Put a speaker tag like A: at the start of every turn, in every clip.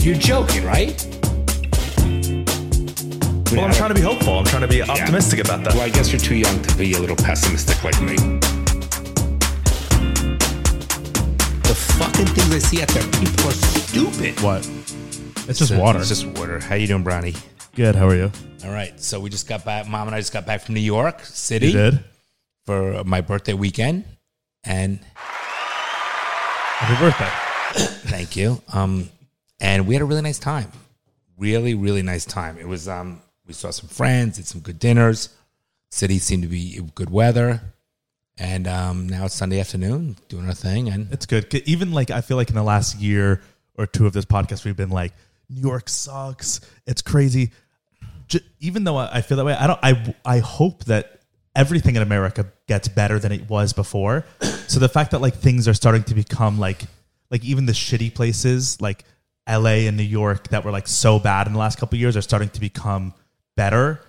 A: You're joking, right?
B: Well, I'm trying to be hopeful. I'm trying to be optimistic about that.
A: Well, I guess you're too young to be a little pessimistic like me. The fucking things I see out there, people are stupid.
C: What? It's just water.
A: It's just water. How you doing, Brownie?
C: Good. How are you?
A: All right. So we just got back. Mom and I just got back from New York City
C: You did.
A: for my birthday weekend, and
C: Happy birthday.
A: Thank you. Um, and we had a really nice time. Really, really nice time. It was um, we saw some friends, did some good dinners. City seemed to be good weather, and um, now it's Sunday afternoon, doing our thing. And
C: It's good. 'Cause Even like I feel like in the last year or two of this podcast, we've been like, New York sucks. It's crazy. J- even though I I feel that way, I don't. I I hope that everything in America gets better than it was before. so the fact that like things are starting to become like like even the shitty places like L.A. and New York that were like so bad in the last couple of years are starting to become better.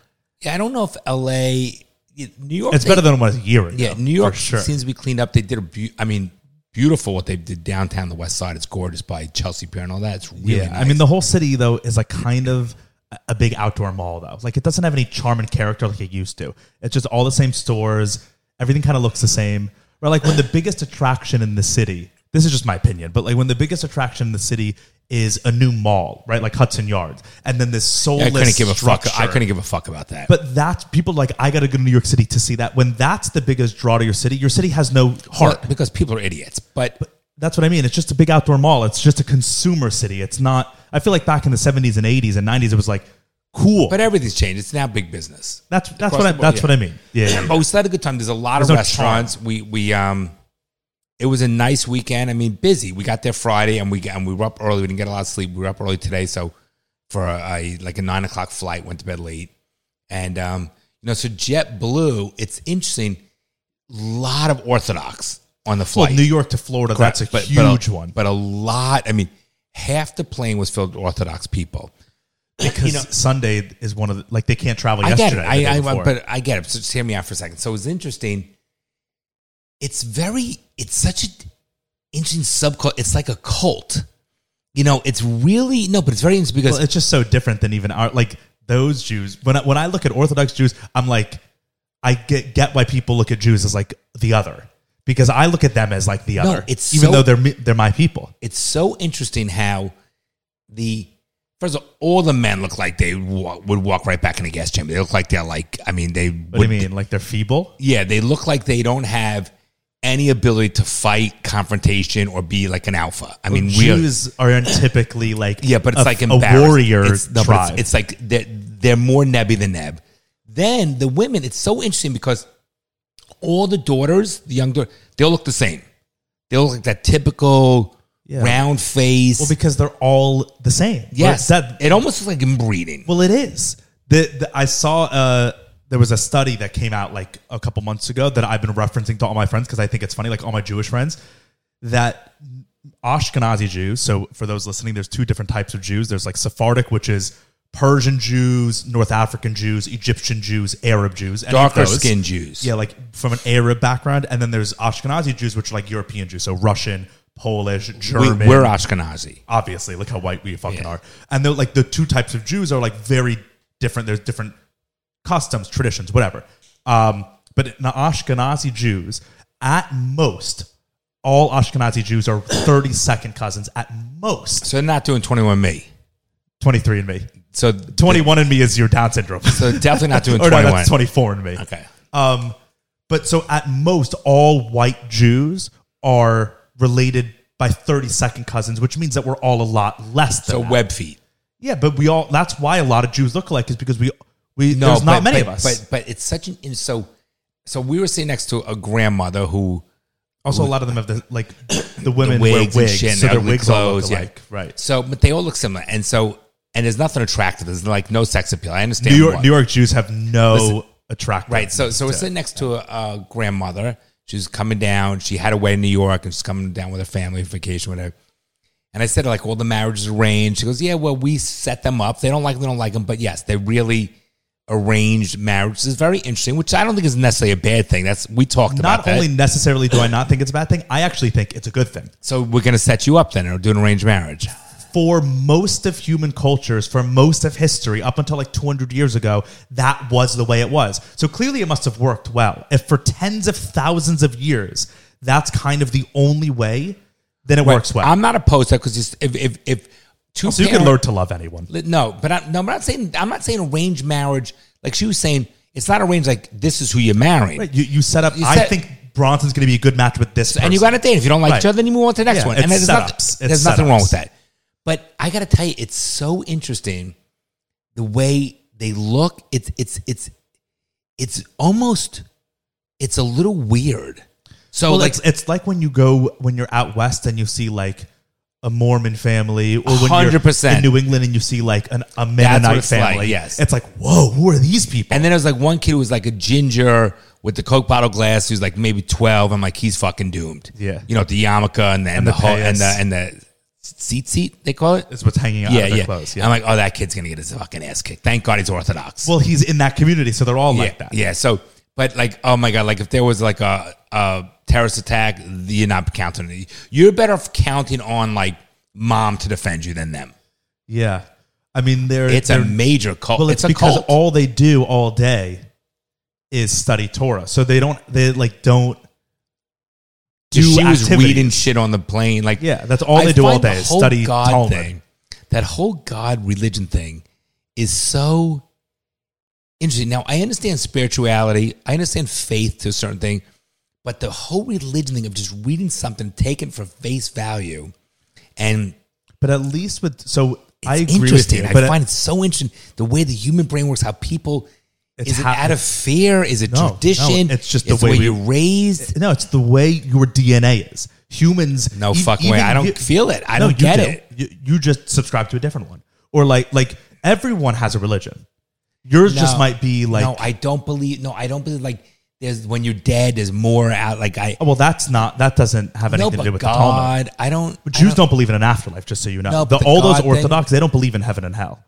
A: yeah, I don't know if L.A., New York,
C: It's
A: they-
C: better than it was a year ago.
A: Yeah, New York
C: for sure.
A: seems to be cleaned up. They did a, beau- I mean, beautiful what they did downtown the West Side. It's gorgeous by Chelsea Pier and all that. It's really
C: yeah, I mean the whole city though is like kind of a- a big outdoor mall though. Like it doesn't have any charm and character like it used to. It's just all the same stores. Everything kind of looks the same. Right, like when the biggest attraction in the city. This is just my opinion, but like when the biggest attraction in the city is a new mall, right? Like Hudson Yards, and then this soulless.
A: I couldn't give a fuck. I
C: structure.
A: couldn't give a fuck about that.
C: But that's people like I got to go to New York City to see that. When that's the biggest draw to your city, your city has no heart.
A: But- because people are idiots. But
C: That's what I mean. It's just a big outdoor mall. It's just a consumer city. It's not. I feel like back in the seventies and eighties and nineties, it was like cool.
A: but everything's changed. It's now big business.
C: that's that's
A: across
C: what I,
A: the board,
C: that's
A: yeah.
C: what I mean. Yeah, yeah,
A: but we still had a good time. There's a lot
C: There's
A: of
C: no
A: restaurants. We we um, it was a nice weekend. I mean, busy. We got there Friday and we got- and we were up early. We didn't get a lot of sleep. We were up early today, so for a, a like a nine o'clock flight, went to bed late. And um, you know, so JetBlue, it's interesting. lot of Orthodox on the
C: Well,
A: flight.
C: New York to Florida,
A: Correct.
C: that's a
A: But- um, but a-
C: huge one.
A: but a lot. I mean, half the plane was filled with Orthodox people.
C: because
A: know-
C: Sunday is one of the, like they can't travel
A: I get it.
C: yesterday. the
A: I,
C: day
A: I,
C: before.
A: but I get it. So just hear me out for a second. So it's interesting. It's very. It's such an interesting subcult. It's like a cult. You know, it's really no, but it's very interesting because
C: Well, it's just so different than even our like those Jews. When I, when I look at Orthodox Jews, I'm like, I get get why people look at Jews as like the other because I look at them as like the
A: No,
C: other.
A: it's
C: even
A: so-
C: though they're me- they're my people.
A: it's so interesting how the first of all, all the men look like they wa- would walk right back in the gas chamber. They look like they're like. I mean, they.
C: What do you mean? Like they're feeble?
A: Yeah, they look like they don't have any ability to fight confrontation or be like an alpha. I mean, really.
C: Jews aren't typically like
A: Yeah, but it's
C: a,
A: like
C: a
A: embarrassing.
C: warrior
A: It's, no, but
C: tribe.
A: it's, it's like they're, they're more nebby than neb. Then the women, it's so interesting because all the daughters, the young daughter, they all look the same. They all look like that typical
C: Yeah.
A: round face.
C: well because they're all the same.
A: yes,
C: Or that-
A: it almost looks like inbreeding.
C: well, it is. The, the I saw uh, there was a study that came out like a couple months ago that I've been referencing to all my friends because I think it's funny, like all my Jewish friends, that Ashkenazi Jews. So for those listening, there's two different types of Jews. There's like Sephardic, which is Persian Jews, North African Jews, Egyptian Jews, Arab Jews, any of
A: Darker
C: those.
A: skinned Jews.
C: Yeah, like from an Arab background, and then there's Ashkenazi Jews, which are like European Jews, so Russian, Polish,
A: we,
C: German.
A: we're Ashkenazi.
C: obviously look how white we fucking
A: Yeah.
C: are, and they're like the two types of Jews are like very different. There's different customs, traditions, whatever. Um, but the Ashkenazi Jews, at most, all Ashkenazi Jews are 32nd cousins at most.
A: So they're not doing 21 me.
C: 23 and me,
A: So
C: 21 and me is your Down syndrome.
A: So definitely not doing
C: or
A: 21.
C: no, that's 24 and me.
A: Okay.
C: Um, but so at most, all white Jews are related by 32nd cousins, which means that we're all a lot less than
A: So
C: that.
A: web feet.
C: Yeah, but we all, that's why a lot of Jews look alike is because we, we
A: No,
C: there's not
A: but-
C: many
A: but-
C: of us.
A: But but it's such an and so so we were sitting next to a grandmother who
C: also, a lot of them have the, like, the women
A: wigs
C: wear
A: and
C: wigs,
A: shit and
C: so their
A: ugly
C: wigs
A: clothes,
C: all
A: yeah.
C: look alike. Right.
A: so but they all look similar and so and there's nothing attractive. There's like no sex appeal. I understand
C: New York,
A: why.
C: New York Jews have no attractive.
A: Right. So so we're sitting next to a, a grandmother. She's coming down. She had a wedding in New York and she's coming down with her family vacation, whatever. And I said, like, all the marriages arranged. She goes, yeah, well, we set them up. They don't like, them, they don't like them, but yes, they really arranged marriages. It's very interesting, which I don't think is necessarily a bad thing. That's we talked about
C: Not
A: that.
C: only necessarily do I not think it's a bad thing, I actually think it's a good thing.
A: So we're going to set you up then, or do an arranged marriage.
C: for most of human cultures, for most of history, up until like 200 years ago, that was the way it was. So clearly it must have worked well. If for tens of thousands of years, that's kind of the only way, then it works well.
A: I'm not opposed to that because if if if two
C: so you can
A: parent-
C: learn to love anyone.
A: Li- No, but I, no, I'm not saying I'm not saying arranged marriage. Like she was saying, it's not arranged. Like this is who you're marrying,
C: Right, You, you set up,
A: You
C: I
A: set-
C: think Bronson's going to be a good match with this person.
A: and you got to date. If you don't like each
C: Right.
A: other, then you move on to the next
C: Yeah,
A: one.
C: it's
A: And there's, not-
C: setups. It's
A: there's nothing wrong
C: setups.
A: with that. But I got to tell you, it's so interesting the way they look. It's it's it's it's almost it's a little weird. So
C: Well,
A: like
C: it's, it's like when you go when you're out west and you see like a Mormon family, or when you're
A: 100%.
C: in New England and you see like an, a Mennonite
A: it's like,
C: family.
A: yes.
C: it's like whoa, who are these people?
A: And then there was like one kid who was like a ginger with the Coke bottle glass who's like maybe 12. I'm like, he's fucking doomed.
C: Yeah.
A: You know, the yarmulke and the, and the,
C: the
A: whole, and the,
C: pants.
A: and the seat seat, they call it.
C: That's what's hanging out
A: yeah,
C: of their
A: yeah.
C: clothes. Yeah.
A: I'm like, oh, that kid's going to get his fucking ass kicked. Thank God he's Orthodox.
C: well, he's in that community, so they're all
A: yeah,
C: like that.
A: Yeah. So, but like, oh my God, like if there was like a, a terrorist attack, you're not counting. it. You're better off counting on like mom to defend you than them.
C: yeah. I mean, they're
A: It's
C: they're,
A: a major cult.
C: well,
A: it's,
C: it's,
A: a
C: because
A: cult.
C: all they do all day is study Torah, so they don't they like don't do
A: she was
C: activities.
A: reading shit on the plane. Like,
C: Yeah, that's all
A: I
C: they do all
A: find
C: day
A: the
C: is
A: whole
C: study
A: God
C: Talmud.
A: thing. That whole God religion thing is so interesting. Now I understand spirituality, I understand faith to a certain thing, but the whole religion thing of just reading something taken for face value and
C: But at least with so
A: it's
C: I agree
A: interesting.
C: with you.
A: I
C: but
A: find it so interesting the way the human brain works, how people
C: It's
A: is it
C: how-
A: out of fear? Is it
C: No, no,
A: tradition?
C: it's just the way we-
A: you're raised.
C: No, it's the way your DNA is. Humans.
A: No
C: e-
A: fucking way.
C: even
A: I don't
C: you-
A: feel it. I
C: No,
A: don't
C: you
A: get
C: do.
A: it.
C: You, you just subscribe to a different one, or like like everyone has a religion. Yours just
A: No.
C: might be like.
A: no i don't believe no i don't believe like there's when you're dead there's more out like i
C: oh, well, that's not. That doesn't have
A: no
C: anything to do
A: but
C: with the Talmud.
A: god i don't
C: But
A: I
C: Jews don't,
A: don't-
C: believe in an afterlife, just so you know.
A: No,
C: the,
A: but the
C: all
A: God
C: those
A: thing-
C: Orthodox, they don't believe in heaven and hell.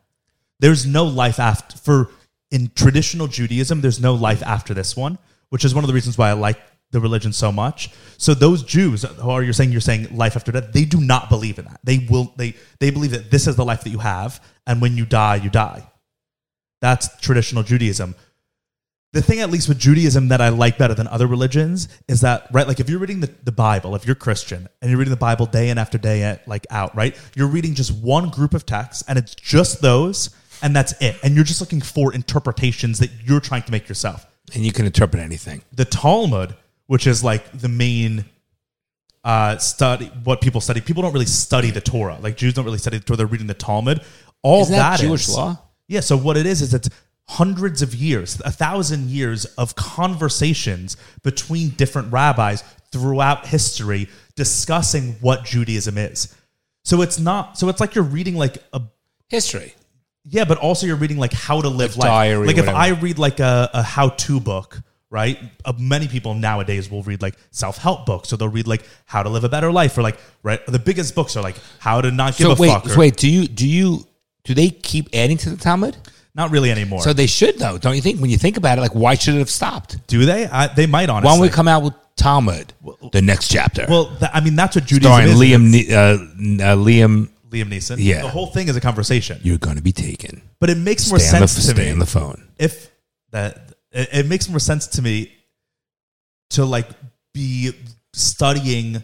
C: There's no life after for in traditional Judaism. There's no life after this one, which is one of the reasons why I like the religion so much. So those Jews, who are you're saying you're saying life after death, they do not believe in that. They will they they believe that this is the life that you have, and when you die, you die. That's traditional Judaism. The thing, at least with Judaism, that I like better than other religions is that, right? Like, if you're reading the, the Bible, if you're Christian and you're reading the Bible day in after day, in, like out, right? You're reading just one group of texts and it's just those and that's it. And you're just looking for interpretations that you're trying to make yourself.
A: and you can interpret anything
C: The Talmud, which is like the main uh, study, what people study, people don't really study the Torah. Like, Jews don't really study the Torah, they're reading the Talmud. All
A: Isn't that
C: that
A: Jewish
C: is-
A: law?
C: yeah. So what it is is it's hundreds of years, a thousand years of conversations between different rabbis throughout history discussing what Judaism is. So it's not. So it's like you're reading like a
A: history
C: yeah, but also you're reading like how to live life.
A: diary,
C: like if
A: whatever.
C: I read like a, a how to book, right? Uh, many people nowadays will read like self help books, so they'll read like how to live a better life, or like right. The biggest books are like how to not give
A: so
C: a
A: wait
C: fuck.
A: so
C: or-
A: wait do you do you do they keep adding to the talmud
C: Not really anymore.
A: so they should though don't you think when you think about it like why should it have stopped
C: do they? I, they might honestly.
A: why don't we come out with talmud the next chapter
C: Well, th- I mean, that's what Judaism
A: starring
C: is.
A: liam Ne- uh, uh, liam
C: Liam Neeson.
A: Yeah.
C: The whole thing is a conversation.
A: you're gonna be taken
C: but it makes more
A: stay, on the,
C: sense to
A: stay on
C: me
A: the phone
C: if that it, it makes more sense to me to like be studying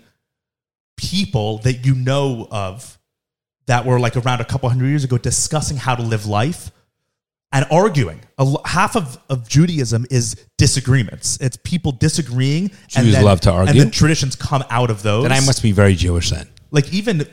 C: people that you know of that were like around a couple hundred years ago discussing how to live life and arguing. A lo- half of, of Judaism is disagreements. It's people disagreeing.
A: Jews love to
C: And
A: argue.
C: then traditions come out of those.
A: then i must be very jewish then
C: like even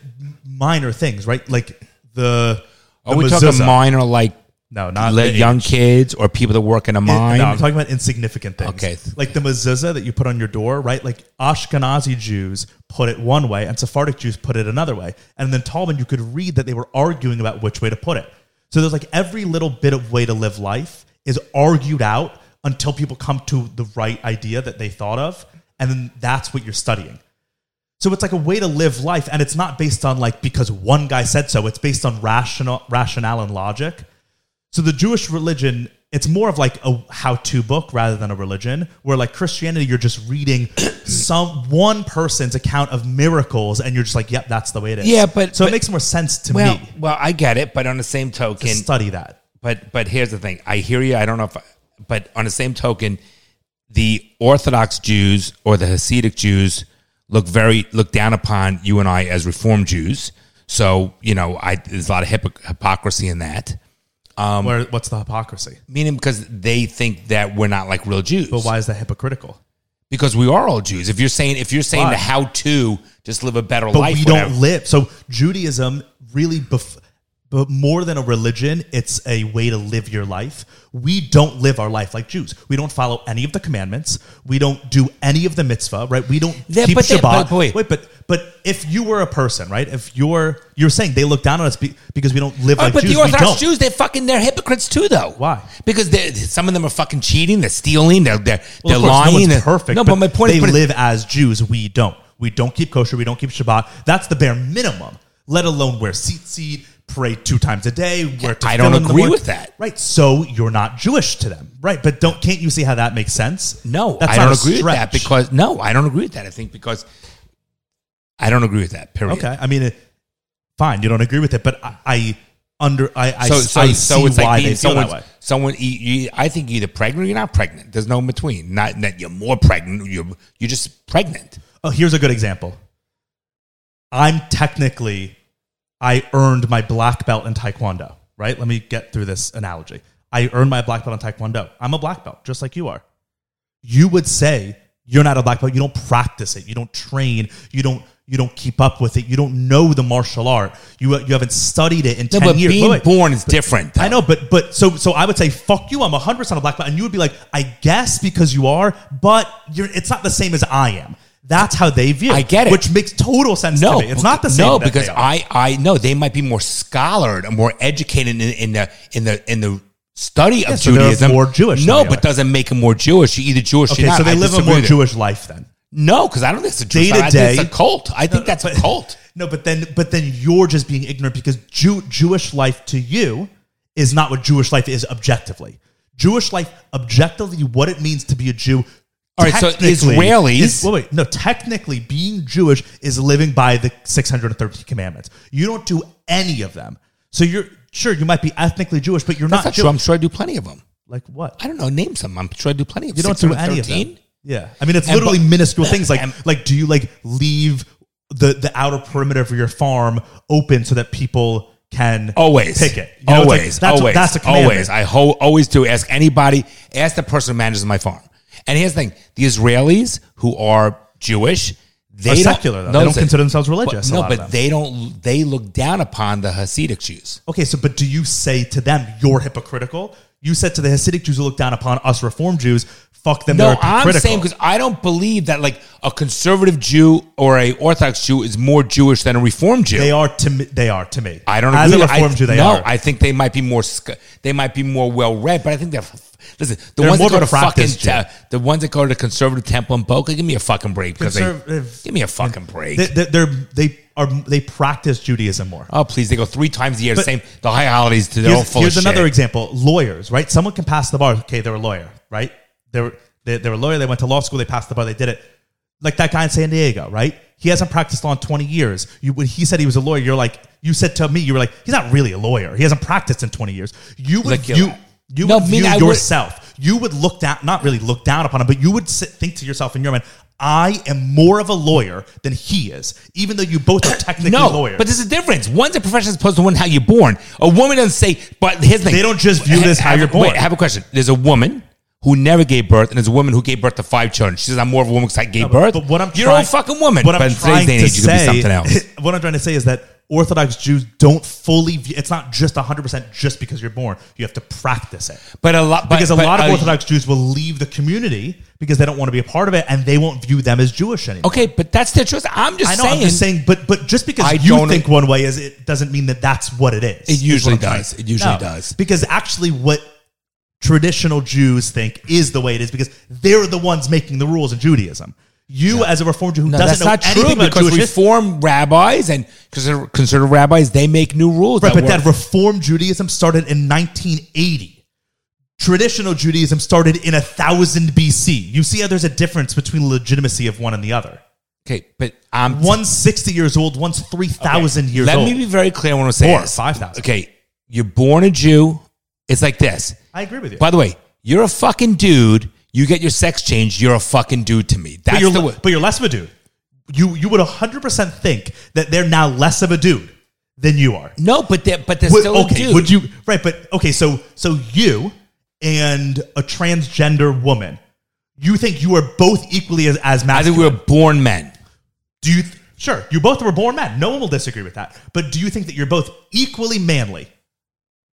C: minor things, right? Like the
A: are
C: the
A: we
C: mezuzah.
A: talking minor like
C: No, not
A: let
C: the-
A: young kids or people that work in a mine.
C: No, I'm talking about insignificant things.
A: Okay.
C: like the mezuzah that you put on your door, right? Like Ashkenazi Jews put it one way, and Sephardic Jews put it another way, and then Talmud you could read that they were arguing about which way to put it. So there's like every little bit of way to live life is argued out until people come to the right idea that they thought of, and then that's what you're studying. So it's like a way to live life, and it's not based on like because one guy said so. It's based on rational, rationale and logic. So the Jewish religion it's more of like a how-to book rather than a religion where like christianity you're just reading some one person's account of miracles and you're just like yep that's the way it is
A: Yeah, but-
C: so
A: but-
C: it makes more sense to
A: Well,
C: me
A: well, I get it, but on the same
C: to
A: token,
C: study that
A: but but here's the thing. I hear you. I don't know if, I, but on the same token, the Orthodox Jews or the Hasidic Jews look very look down upon you and I as Reformed Jews. So you know, I there's a lot of hypo- hypocrisy in that.
C: where what's the hypocrisy
A: Meaning because they think that we're not like real Jews.
C: but why is that hypocritical
A: Because we are all Jews. If you're saying if you're saying
C: Why?
A: the how to just live a better
C: but
A: life,
C: we
A: whatever.
C: don't live so judaism really bef- but more than a religion it's a way to live your life we don't live our life like jews we don't follow any of the commandments we don't do any of the mitzvah right we don't
A: Yeah,
C: keep
A: but they-
C: shabbat
A: but wait.
C: wait but but if you were a person right if you're you're saying they look down on us be, because we don't live
A: All right, but
C: like jews
A: the
C: we
A: Orthodox
C: don't.
A: Jews, they're fucking, they're hypocrites too, though.
C: Why?
A: Because they're, some of them are fucking cheating, they're stealing, they're they're,
C: Well,
A: they're
C: of
A: lying.
C: course, No
A: they're-
C: one's perfect.
A: No, but, my point
C: they
A: is, but it-
C: live as Jews. We don't. We don't keep kosher. We don't keep Shabbat. That's the bare minimum. Let alone wear tzitzit, pray two times a day. Wear
A: I don't
C: tefillin in
A: agree
C: the morning.
A: with that.
C: Right. So you're not Jewish to them. Right. But don't can't you see how that makes sense?
A: no,
C: That's
A: I
C: not
A: don't
C: a
A: agree with that
C: stretch.
A: because no, I don't agree with that. I think because I don't agree with that. Period.
C: okay. I mean, it, fine. You don't agree with it, but I, I under I
A: So,
C: I,
A: so,
C: I
A: so
C: see
A: it's
C: why
A: like
C: they
A: being
C: feel that
A: someone.
C: way.
A: Someone, you, you, I think you're either pregnant or you're not pregnant. There's no in between. Not that you're more pregnant. You're you're just pregnant.
C: Oh, here's a good example. I'm technically, I earned my black belt in Taekwondo, right? Let me get through this analogy. I earned my black belt in Taekwondo. I'm a black belt, just like you are. You would say you're not a black belt. You don't practice it. You don't train. You don't. You don't keep up with it. You don't know the martial art. You you haven't studied it in
A: No,
C: ten
A: but
C: years.
A: being
C: Wait, wait.
A: born is different. though.
C: I know, but but so so I would say fuck you. I'm 100 percent a black belt, and you would be like, I guess because you are, but you're. It's not the same as I am. That's how they view.
A: I get it.
C: which makes total sense
A: No,
C: to me. It's not the same.
A: No,
C: that
A: because
C: they are.
A: I, I know they might be more scholared or more educated in, in the in the in the study of
C: so they're
A: Judaism.
C: more Jewish than
A: No,
C: they
A: but
C: are.
A: doesn't make them more Jewish. You're either Jewish. or
C: Okay,
A: you're not.
C: so they
A: I
C: live a
A: disagree
C: more
A: with it.
C: Jewish life then.
A: No, because I don't think it's a Jewish.
C: Day to
A: I think
C: day-
A: it's a cult. I think that's
C: but-
A: a cult.
C: No, but then but then you're just being ignorant because Jew, Jewish life to you is not what Jewish life is objectively. Jewish life objectively, what it means to be a Jew.
A: All right, so
C: technically
A: Israelis-
C: is- wait, wait, no. Technically, being Jewish is living by the 613 commandments. You don't do any of them. So you're sure you might be ethnically Jewish, but you're
A: That's
C: not
A: not
C: Jewish.
A: true. I'm sure I do plenty of them.
C: Like what?
A: I don't know. Name some. I'm sure I do plenty of.
C: You don't do any of
A: 613?
C: them. Yeah, I mean it's
A: And
C: literally
A: bu-
C: minuscule things like
A: and-
C: like do you like leave the the outer perimeter of your farm open so that people can
A: Always
C: pick it? You know, it's like,
A: always.
C: that's,
A: always.
C: that's a commandment.
A: always. I ho- always do. Ask anybody. Ask the person who manages my farm. And here's the thing: the Israelis who are Jewish, they
C: Are
A: don't-
C: secular though.
A: no,
C: They don't
A: so-
C: consider themselves religious.
A: But,
C: a
A: no,
C: lot of
A: but
C: them.
A: they don't. They look down upon the Hasidic Jews.
C: okay. So, but do you say to them you're hypocritical? You said to the Hasidic Jews who look down upon us Reform Jews, fuck them.
A: No,
C: they're
A: I'm
C: hypocritical.
A: saying because I don't believe that like a conservative Jew or a Orthodox Jew is more Jewish than a Reformed Jew.
C: they are to me. They are to me.
A: I don't
C: As
A: agree.
C: a Reform
A: I,
C: Jew, they
A: no,
C: are.
A: I think they might be more. sc- They might be more well read, but I think they're. Listen, the
C: They're
A: ones
C: more
A: that go
C: of a
A: to fucking
C: practice Jew.
A: te- the ones that go to the conservative temple in Boca, give me a fucking break because they
C: Conservative-
A: give me a fucking break.
C: they, they, they're, they are. They practice Judaism more.
A: oh please, they go three times a year. the
C: But-
A: same the high holidays to their own
C: here's,
A: full
C: here's
A: of
C: another
A: shit.
C: example lawyers right someone can pass the bar okay they're a lawyer right they were they, they were a lawyer they went to law school they passed the bar they did it like that guy in san diego right he hasn't practiced law in 20 years you when he said he was a lawyer you're like you said to me you were like he's not really a lawyer he hasn't practiced in 20 years you would
A: Like,
C: view, you
A: No,
C: would
A: mean
C: view
A: I would-
C: yourself you would look down not really look down upon him but you would sit, think to yourself in your mind I am more of a lawyer than he is, even though you both are technically
A: No,
C: lawyers.
A: but there's a difference. One's a profession as opposed to one how you're born. A woman doesn't say, but here's the thing.
C: They don't just view this how
A: have-
C: you're born.
A: Wait, I have a question. There's a woman who never gave birth, and there's a woman who gave birth to five children. She says, I'm more of a woman because I gave birth.
C: But what I'm
A: you're
C: trying,
A: a fucking woman.
C: What I'm
A: but in
C: trying
A: today's day and
C: to
A: age, you
C: say,
A: can be something else.
C: what I'm trying to say is that Orthodox Jews don't fully. View, it's not just 100 percent just because you're born. You have to practice it
A: But a lot, but,
C: because a
A: but,
C: lot of
A: uh,
C: Orthodox Jews will leave the community because they don't want to be a part of it and they won't view them as Jewish anymore.
A: Okay, but that's their choice. I'm just
C: I know.
A: saying.
C: I'm just saying, but but just because
A: I
C: you
A: don't-
C: think one way is it doesn't mean that that's what it is. is what
A: usually
C: I'm trying
A: does.
C: to-
A: It usually does.
C: because actually what. Traditional Jews think is the way it is because they're the ones making the rules in Judaism. You, as a Reformed Jew who
A: No,
C: doesn't
A: that's
C: know
A: not true
C: anything about
A: because
C: Jewish history-
A: reform rabbis and conserv- conservative rabbis they make new rules.
C: Right, but
A: work-
C: that Reform Judaism started in 1980. traditional Judaism started in 1000 BC. You see how there's a difference between legitimacy of one and the other.
A: Okay, but I'm
C: One's 60 years old, one's 3,000 years
A: Let
C: old.
A: me be very clear when I say
C: Or
A: this.
C: 5,000.
A: Okay, you're born a Jew. It's like this.
C: I agree with you.
A: By the way, you're a fucking dude. You get your sex changed. You're a fucking dude to me. That's
C: but you're,
A: the
C: le-
A: way.
C: but you're less of a dude. You you would 100% think that they're now less of a dude than you are.
A: No, but they're, but they're
C: Would-
A: still
C: okay,
A: a dude.
C: would you right, but okay, so so you and a transgender woman, you think you are both equally as, as
A: I
C: masculine?
A: think we were born men.
C: do you th- sure, you both were born men. No one will disagree with that. But do you think that you're both equally manly?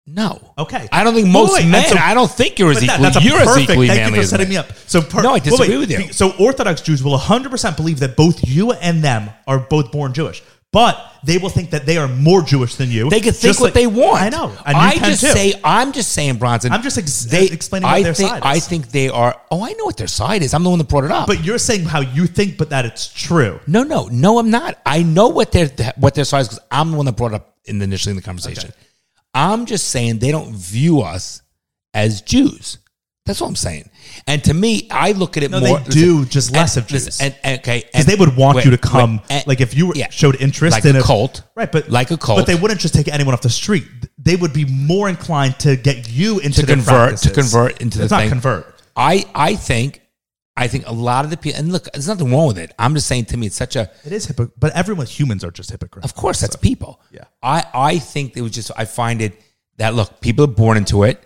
A: No.
C: Okay.
A: I don't think
C: Wait,
A: most
C: wait, and
A: men.
C: so-
A: I don't think you're as
C: But that-
A: equally.
C: that's a
A: you're
C: perfect,
A: as equally
C: thank
A: manly
C: you for
A: as
C: setting
A: men.
C: me up. So per-
A: No, I
C: wait, wait.
A: disagree with you.
C: So Orthodox Jews will 100% believe that both you and them are both born Jewish, but they will think that they are more Jewish than you.
A: They can think
C: Just
A: what
C: like-
A: they want.
C: I know. And you
A: I
C: can
A: just
C: too.
A: say. I'm just saying, Bronson.
C: I'm just ex- explaining what
A: I
C: their
A: think,
C: side
A: I
C: is.
A: think they are. Oh, I know what their side is. I'm the one that brought it up.
C: But you're saying how you think, but that it's true.
A: No, no, no, I'm not. I know what their what their side is because I'm the one that brought it up in the, initially in the conversation. I'm just saying they don't view us as Jews. That's what I'm saying. And to me, I look at it
C: No,
A: more.
C: they do, just less
A: and-
C: of Jews.
A: and, and- okay,
C: Because
A: and-
C: they would want
A: wait,
C: you to come,
A: wait, and-
C: like if you were-
A: yeah.
C: showed interest
A: Like
C: in
A: a cult.
C: right? But
A: Like a cult.
C: but they wouldn't just take anyone off the street. They would be more inclined to get you into
A: to
C: their
A: convert to
C: practices.
A: convert into the
C: it's
A: thing.
C: not convert.
A: I I think I think a lot of the people and look, there's nothing wrong with it. I'm just saying to me, it's such a
C: It is hypocrite, but everyone humans are just hypocrites.
A: Of course, that's people.
C: yeah.
A: I, I think it was just, I find it that look, people are born into it.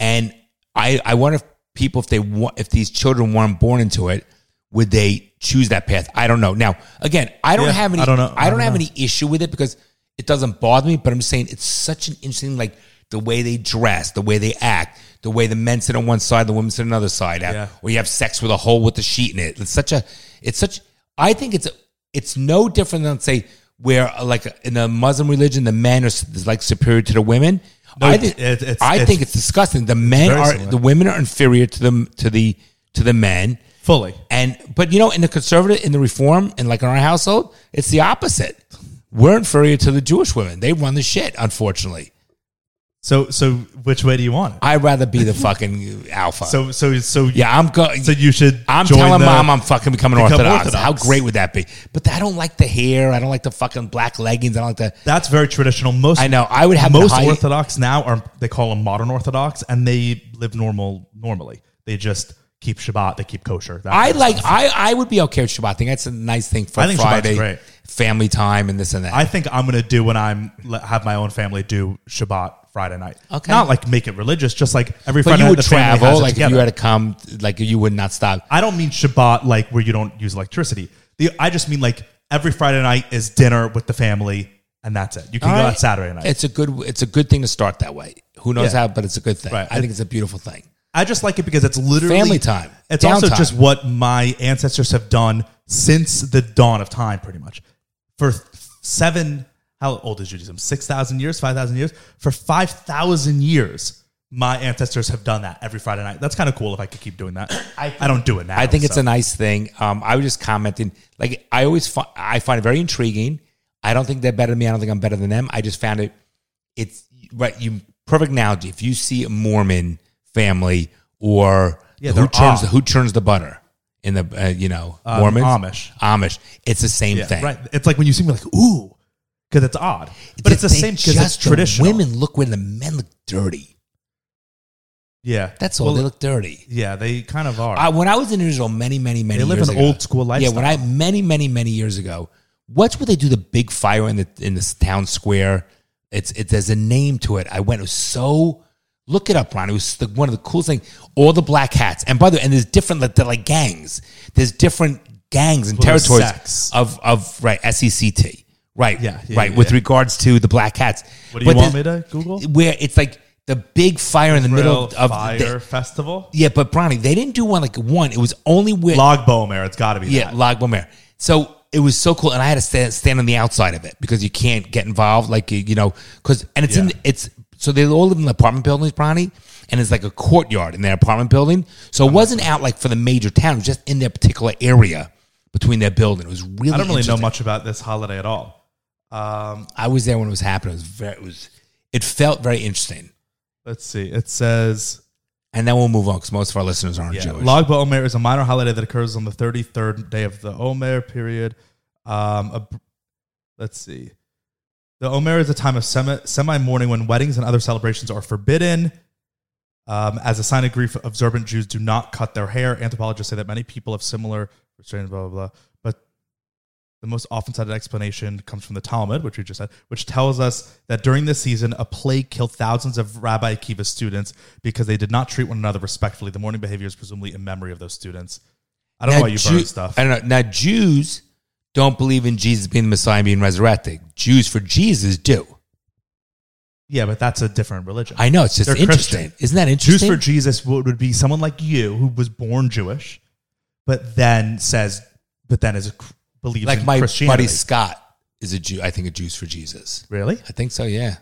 A: And I, I wonder if people, if they want, if these children weren't born into it, would they choose that path? I don't know. Now, again, I don't
C: Yeah,
A: have any,
C: I don't know.
A: I
C: I
A: don't
C: don't
A: have
C: know.
A: any issue with it because it doesn't bother me, but I'm saying it's such an interesting, like the way they dress, the way they act, the way the men sit on one side, the women sit on another side,
C: Yeah.
A: or you have sex with a hole with the sheet in it. It's such a, it's such, I think it's, a, it's no different than say where uh, like in the Muslim religion, the men are s- is like superior to the women.
C: No,
A: I, think
C: it- it's-
A: I
C: it's-
A: think it's disgusting. The men
C: very
A: are,
C: similar.
A: the women are inferior to the, to the, to the men.
C: fully.
A: And but you know, in the conservative, in the reform, and like in our household, it's the opposite. We're inferior to the Jewish women. They run the shit, unfortunately.
C: So so which way do you want it?
A: I'd rather be the fucking alpha.
C: So so so
A: Uh, yeah, I'm going.
C: So you should.
A: I'm
C: join
A: telling
C: the-
A: mom I'm fucking becoming
C: become
A: Orthodox. How
C: Orthodox.
A: great would that be? But I don't like the hair. I don't like the fucking black leggings. I don't like the.
C: That's very traditional. Most
A: I know. I would have
C: most
A: the high,
C: Orthodox now are they call them modern Orthodox, and they live normal normally. They just keep Shabbat, they keep kosher. That
A: I
C: kind of
A: like.
C: stuff.
A: I I would be okay with Shabbat. I think that's a nice thing for
C: I think Shabbat's
A: Friday,
C: great.
A: family time, and this and that.
C: I think I'm gonna do when I'm let- have my own family do Shabbat Friday night.
A: Okay.
C: not like make it religious, just like every
A: but
C: Friday
A: you
C: night
A: would
C: the family has
A: travel.
C: it
A: Like if
C: together.
A: you had to come, like you would not stop.
C: I don't mean Shabbat like where you don't use electricity. The, I just mean like every Friday night is dinner with the family, and that's it. You can
A: All
C: go
A: right.
C: out Saturday night.
A: It's a good. It's a good thing to start that way. Who knows
C: Yeah.
A: how, but it's a good thing.
C: Right.
A: I think it's a beautiful thing.
C: I just like it because it's literally
A: Family time.
C: It's also
A: Downtime.
C: just what my ancestors have done since the dawn of time, pretty much. For seven, how old is Judaism? 6,000 years, 5,000 years? For 5,000 years, my ancestors have done that every Friday night. That's kind of cool if I could keep doing that. I, don't do it now.
A: I think it's
C: so.
A: a nice thing. Um, I was just commenting. Like I always, find, I find it very intriguing. I don't think they're better than me. I don't think I'm better than them. I just found it. It's right. You perfect analogy. If you see a Mormon family or
C: Yeah,
A: who
C: they're
A: turns
C: odd.
A: who turns the butter in the uh, you know
C: Um,
A: Mormons
C: Amish.
A: Amish. It's the same
C: Yeah,
A: thing.
C: Right. It's like when you see me like, ooh, because it's odd. But it's the
A: They
C: same because it's
A: just- the
C: traditional.
A: Women look when the men look dirty.
C: yeah.
A: That's all.
C: Well,
A: they look dirty.
C: yeah, they kind of are.
A: I, when I was in Israel many, many, many
C: They live
A: years
C: an
A: ago-
C: old school
A: Yeah, when I many, many, many years ago, what's where they do the big fire in the in this town square? It's it there's a name to it. I went. It was so look it up, Ron. It was the, one of the coolest things. All the black hats, and by the way, and there's different like they're like gangs. There's different gangs and
C: there's
A: territories
C: sects.
A: of of right SECT. Right,
C: Yeah, yeah,
A: right.
C: yeah,
A: With
C: yeah.
A: regards to the black hats,
C: what do you
A: But
C: want me
A: there's-
C: to Google?
A: Where it's like the big fire in the middle of
C: fire
A: the,
C: festival.
A: yeah, but Bronny, they didn't do one like one. It was only with
C: Log Bowmare, it's got to be
A: yeah,
C: that.
A: Lago Mare. So it was so cool, and I had to stand, stand on the outside of it because you can't get involved, like you- you know, because and it's in
C: Yeah.
A: it's so they all live in apartment buildings, Bronny, and it's like a courtyard in their apartment building. So it wasn't out like for the major town, it was just in their particular area between their building. It was really.
C: I don't really know
A: interesting.
C: much about this holiday at all. Um,
A: I was there when it was happening. It was very. It was. It felt very interesting.
C: let's see. It says
A: and then we'll move on because most of our listeners aren't
C: Yeah.
A: Jewish.
C: Lagba Omer is a minor holiday that occurs on the 33rd day of the Omer period. Um, a- let's see. The Omer is a time of semi mourning when weddings and other celebrations are forbidden. Um, as a sign of grief, observant Jews do not cut their hair. Anthropologists say that many people have similar restraints, blah, blah, blah. But the most often cited explanation comes from the Talmud, which we just said, which tells us that during this season, a plague killed thousands of Rabbi Akiva students because they did not treat one another respectfully. The mourning behavior is presumably in memory of those students. I don't know why you burn
A: Jew-
C: stuff.
A: I don't know. Now Jews don't believe in Jesus being the Messiah and being resurrected. Jews for Jesus do.
C: yeah, but that's a different religion.
A: I know it's just
C: They're
A: interesting.
C: Christian.
A: Isn't that
C: Jews
A: interesting?
C: for Jesus would, would be someone like you who was born Jewish, but then says, but then is a, cr- believes
A: like
C: in
A: my
C: Christianity.
A: buddy Scott is a Jew. I think a Jews for Jesus.
C: really?
A: I think so. Yeah.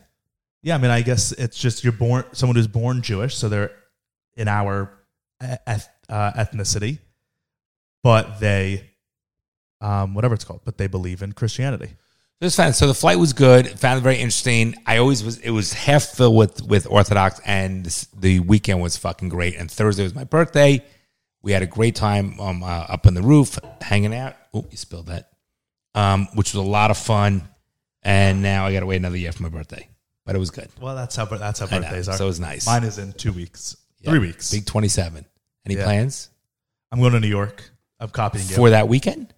C: Yeah, I mean, I guess it's just you're born someone who's born Jewish, so they're in our eth- uh, ethnicity, but they, um, whatever it's called, but they believe in Christianity.
A: It was fun. So the flight was good. Found it very interesting. I always was. It was half filled with with Orthodox, and this, the weekend was fucking great. And Thursday was my birthday. We had a great time um, uh, up on the roof hanging out. Oh, you spilled that. Um, which was a lot of fun. And now I got to wait another year for my birthday, but it was good.
C: Well, that's how that's how
A: I know.
C: birthdays are.
A: So it was nice.
C: Mine is in two weeks,
A: Yeah.
C: three weeks.
A: Big twenty seven. Any
C: Yeah.
A: plans
C: I'm going to New York. I'm copying you.
A: for that weekend?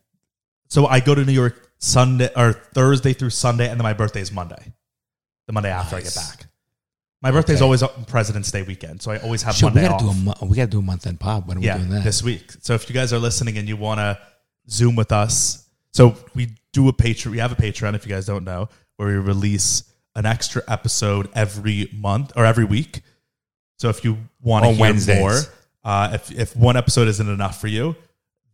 C: So I go to New York Sunday or Thursday through Sunday, and then my birthday is Monday, the Monday after
A: Nice.
C: I get back. My birthday is
A: Okay.
C: always on President's Day weekend, so I always have
A: Sure, we
C: Monday
A: got to do a
C: off.
A: mo- we got to do a month end pop. When are
C: yeah,
A: we doing that?
C: this week. So if you guys are listening and you want to Zoom with us, so we do a Patreon. We have a Patreon if you guys don't know, where we release an extra episode every month or every week. So if you want to
A: On
C: hear
A: Wednesdays.
C: more, uh, if if one episode isn't enough for you,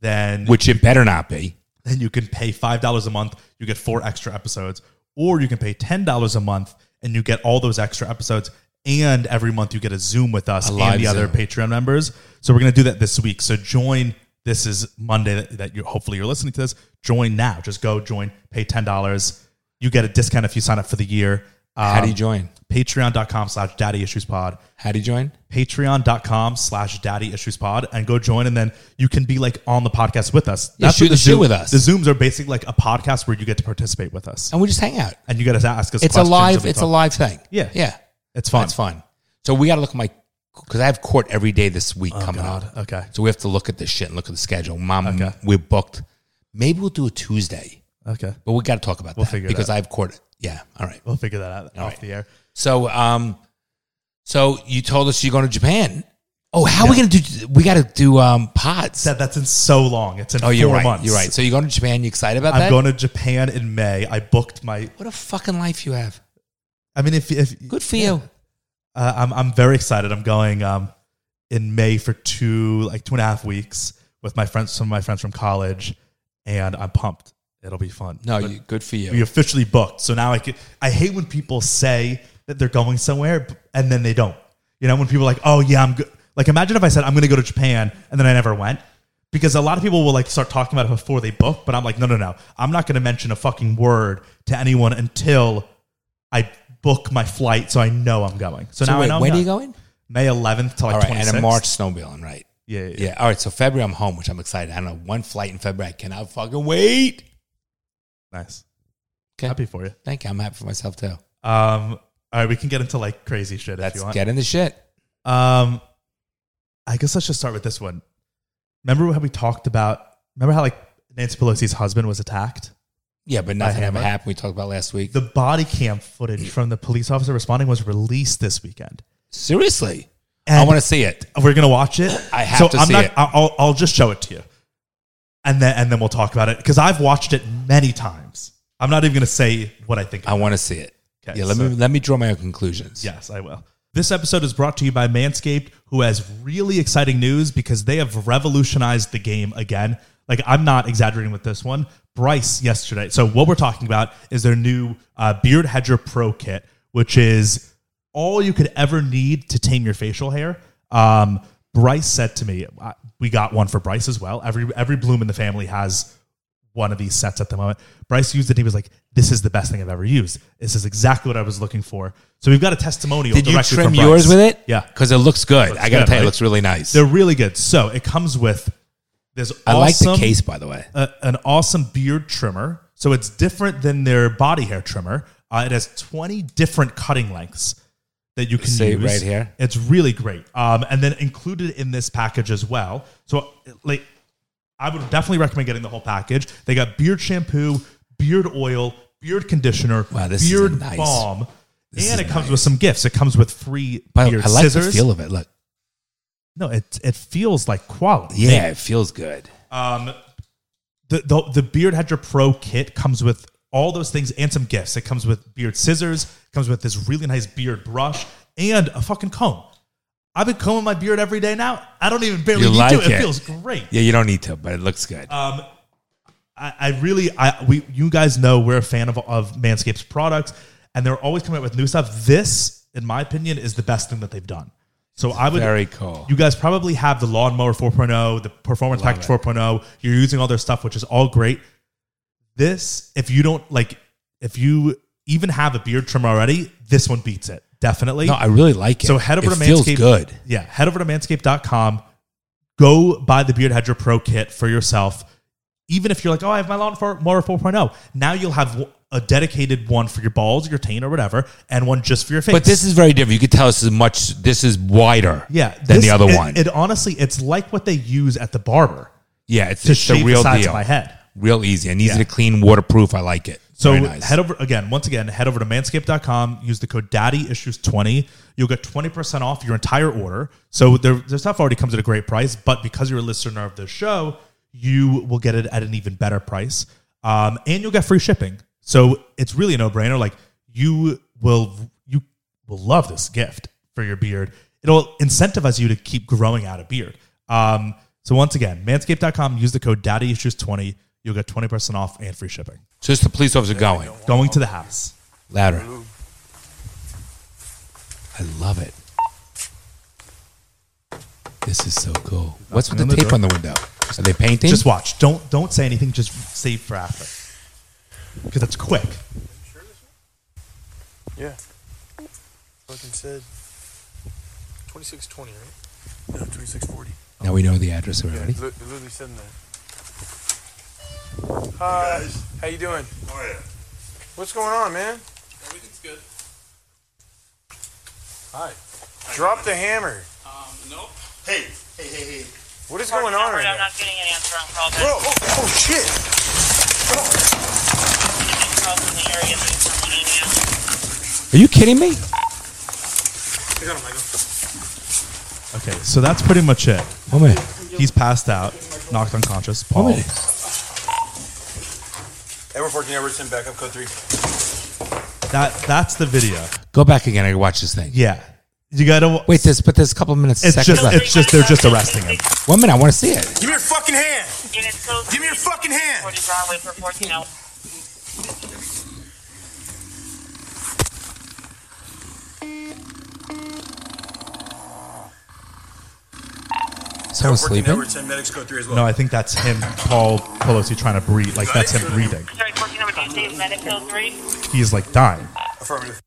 C: then
A: Which it better not be.
C: then you can pay $5 a month, you get four extra episodes, or you can pay $10 a month and you get all those extra episodes. And every month you get a Zoom with us
A: A
C: and
A: live
C: the other
A: Zoom.
C: Patreon members. So we're going to do that this week. So join. This is Monday that, that you hopefully you're listening to this. Join now. Just go join, pay $10. You get a discount if you sign up for the year. Um,
A: How do you join?
C: Patreon.com slash daddy issues pod
A: How do you join?
C: patreon.com slash daddy issues pod and go join and then you can be like on the podcast with us
A: Yeah, shoot
C: what
A: the shit
C: Zoom-
A: with us.
C: the zooms are basically like a podcast where you get to participate with us
A: And we just hang out.
C: and you get to ask us
A: It's a
C: questions
A: live.
C: and we
A: It's
C: talk.
A: a live thing.
C: Yeah.
A: yeah.
C: it's fun
A: It's fun. So we got to look at my because I have court every day this week coming
C: Oh, God.
A: up.
C: okay
A: So we have to look at this shit and look at the schedule. Mom,
C: Okay.
A: we're booked. Maybe we'll do a Tuesday,
C: okay
A: but we got to talk about
C: We'll
A: that
C: figure it
A: because
C: out.
A: I have court. Yeah. All right.
C: we'll figure that out off
A: right.
C: the air
A: So um, so you told us you're going to Japan. Oh, how are we going to do? We got to do um pods.
C: said that's in so long it's in
A: oh,
C: four
A: you're right.
C: months
A: You're right. So you're going to Japan. You excited about that?
C: i'm going to japan in may i booked my
A: what a fucking life you have.
C: i mean if, if
A: Good for you.
C: Uh, I'm I'm very excited. I'm going um, in May for two like two and a half weeks with my friends, some of my friends from college, and I'm pumped. It'll be fun.
A: No,
C: But
A: you, good for
C: we officially booked, so now I can. I hate when people say that they're going somewhere b- and then they don't. You know, when people are like, oh yeah, I'm good. Like imagine if I said I'm going to go to Japan and then I never went. Because a lot of people will like start talking about it before they book, but I'm like, no, no, no. I'm not going to mention a fucking word to anyone until I book my flight, so I know I'm going. So,
A: So
C: now
A: wait,
C: I know. I'm
A: when are
C: going.
A: you going?
C: May 11th to like
A: All right,
C: 26th.
A: and a March snowmobile, right?
C: Yeah, yeah, yeah.
A: Yeah. All right. So February, I'm home, which I'm excited. I don't know. One flight in February. I cannot fucking wait.
C: Nice.
A: Okay.
C: Happy for you.
A: Thank you. I'm happy for myself too.
C: Um, all right, we can get into like crazy shit if
A: Let's
C: you want.
A: get in the shit.
C: um, I guess let's just start with this one. Remember how we talked about? Remember how like Nancy Pelosi's husband was attacked?
A: Yeah, but nothing ever
C: hammer.
A: happened. We talked about last week.
C: The body cam footage from the police officer responding was released this weekend.
A: Seriously, I
C: And-
A: want to see it.
C: We're gonna watch it.
A: I have to
C: I'm
A: see
C: not,
A: it.
C: I'll- I'll, I'll just show it to you, and then and then we'll talk about it because I've watched it many times. I'm not even gonna say what I think.
A: I want to see it.
C: Okay,
A: yeah. Let
C: so-
A: me let me draw my own conclusions.
C: Yes, I will. This episode is brought to you by Manscaped, who has really exciting news because they have revolutionized the game again. Like, I'm not exaggerating with this one. Bryce yesterday. So, what we're talking about is their new uh, Beard Hedger Pro Kit, which is all you could ever need to tame your facial hair. Um, Bryce said to me, I- we got one for Bryce as well. Every every bloom in the family has one of these sets at the moment. Bryce used it and he was like, This is the best thing I've ever used. This is exactly what I was looking for. So we've got a testimonial.
A: Did you
C: directly
A: trim
C: from
A: yours
C: Bryce.
A: with it?
C: Yeah.
A: because it looks good. I gotta tell
C: good,
A: you,
C: right?
A: it looks really nice.
C: They're really good. So it comes with this
A: I
C: awesome,
A: like the case, by the way.
C: a- an awesome beard trimmer. So it's different than their body hair trimmer. Uh, it has 20 different cutting lengths that you can
A: See,
C: use
A: right here.
C: It's really great. Um, and then included in this package as well. So like I would definitely recommend getting the whole package. They got beard shampoo, beard oil, beard conditioner,
A: Wow, this is
C: beard
A: nice.
C: balm. and
A: is
C: it comes with some gifts. It comes with free
A: But
C: beard
A: I like
C: scissors.
A: the feel of it. Look,
C: No, it it feels like quality.
A: yeah, it feels good.
C: Um, the, the the Beard Hedger Pro kit comes with all those things and some gifts. It comes with beard scissors, it comes with this really nice beard brush, and a fucking comb. I've been combing my beard every day now. I don't even barely
A: You
C: need
A: like
C: to. It.
A: it.
C: feels great.
A: Yeah, you don't need to, but it looks good.
C: Uh, I, I really, I we you guys know we're a fan of of Manscaped's products, and they're always coming out with new stuff. This, in my opinion, is the best thing that they've done. So I would
A: Very cool.
C: you guys probably have the lawnmower 4.0, the performance package 4.0. You're using all their stuff, which is all great. This, if you don't like, if you even have a beard trimmer already, this one beats it definitely.
A: no, I really like it.
C: so head over
A: it
C: to
A: feels
C: Manscaped.
A: good.
C: Yeah, head over to manscaped.com. Go buy the Beard Hedger Pro kit for yourself. Even if you're like, oh, I have my lawnmower 4.0, oh." now you'll have a dedicated one for your balls, your taint, or whatever, and one just for your face.
A: But this is very different. You could tell this is much. This is wider.
C: yeah,
A: than
C: this-
A: the other
C: it-
A: one.
C: It honestly, it's like what they use at the barber.
A: yeah, it's
C: to
A: just the
C: shave
A: real
C: the sides
A: deal.
C: of my head.
A: Real easy and easy to
C: Yeah.
A: clean, waterproof. I like it.
C: So
A: Very nice.
C: head over again, once again, head over to manscaped.com, use the code daddy issues 20. You'll get 20% off your entire order. So their, their stuff already comes at a great price, but because you're a listener of this show, you will get it at an even better price. Um, and you'll get free shipping. So it's really a no brainer. Like you will, you will love this gift for your beard. It'll incentivize you to keep growing out a beard. Um, so once again, manscaped.com, use the code daddy issues 20. You'll get 20% off and free shipping
A: just the police officer going
C: going to the house.
A: louder. I love it. This is so cool. What's with the
C: in the
A: tape
C: door.
A: on the window? Are they painting?
C: Just watch. Don't don't say anything. Just save for after, because that's quick.
D: Yeah. Fucking said 2620, right? No, 2640.
A: now we know the address already.
D: Lu- it literally said in there. Hi. How you doing?
E: Oh yeah.
D: What's going on, man?
E: Everything's good.
D: Hi. Drop the hammer.
E: Um, nope. Hey, hey, hey, hey.
D: What is going on right now?
F: I'm not getting an answer. I'm called
D: Whoa,
F: in.
D: oh, oh, shit.
F: Called in the area that someone in here.
A: Are you kidding me?
D: I got him, I got him.
C: Okay, so that's pretty much it.
A: Oh man.
C: He's passed out, knocked unconscious. Paul,
A: minute.
D: Ever 14, ever 10, back up, code 3.
C: that that's the video.
A: Go back again. I gotta watch this thing.
C: Yeah, you gotta.
A: Wait, this, but there's a couple minutes.
C: It's
A: seconds
C: just
A: left.
C: it's just they're just arresting him.
A: One minute. I want to see it.
D: Give me your fucking hand.
F: Units code
D: Give me your fucking hand.
F: 40 Broadway for oh, 14 hours.
A: Someone's sleeping.
D: 10, medics, code 3 as
C: No, I think that's him, Paul Pelosi, trying to breathe. Like that's him breathing.
F: Sorry, 14 hours. Do you say medic code 3?
C: He's like dying.
D: Affirmative.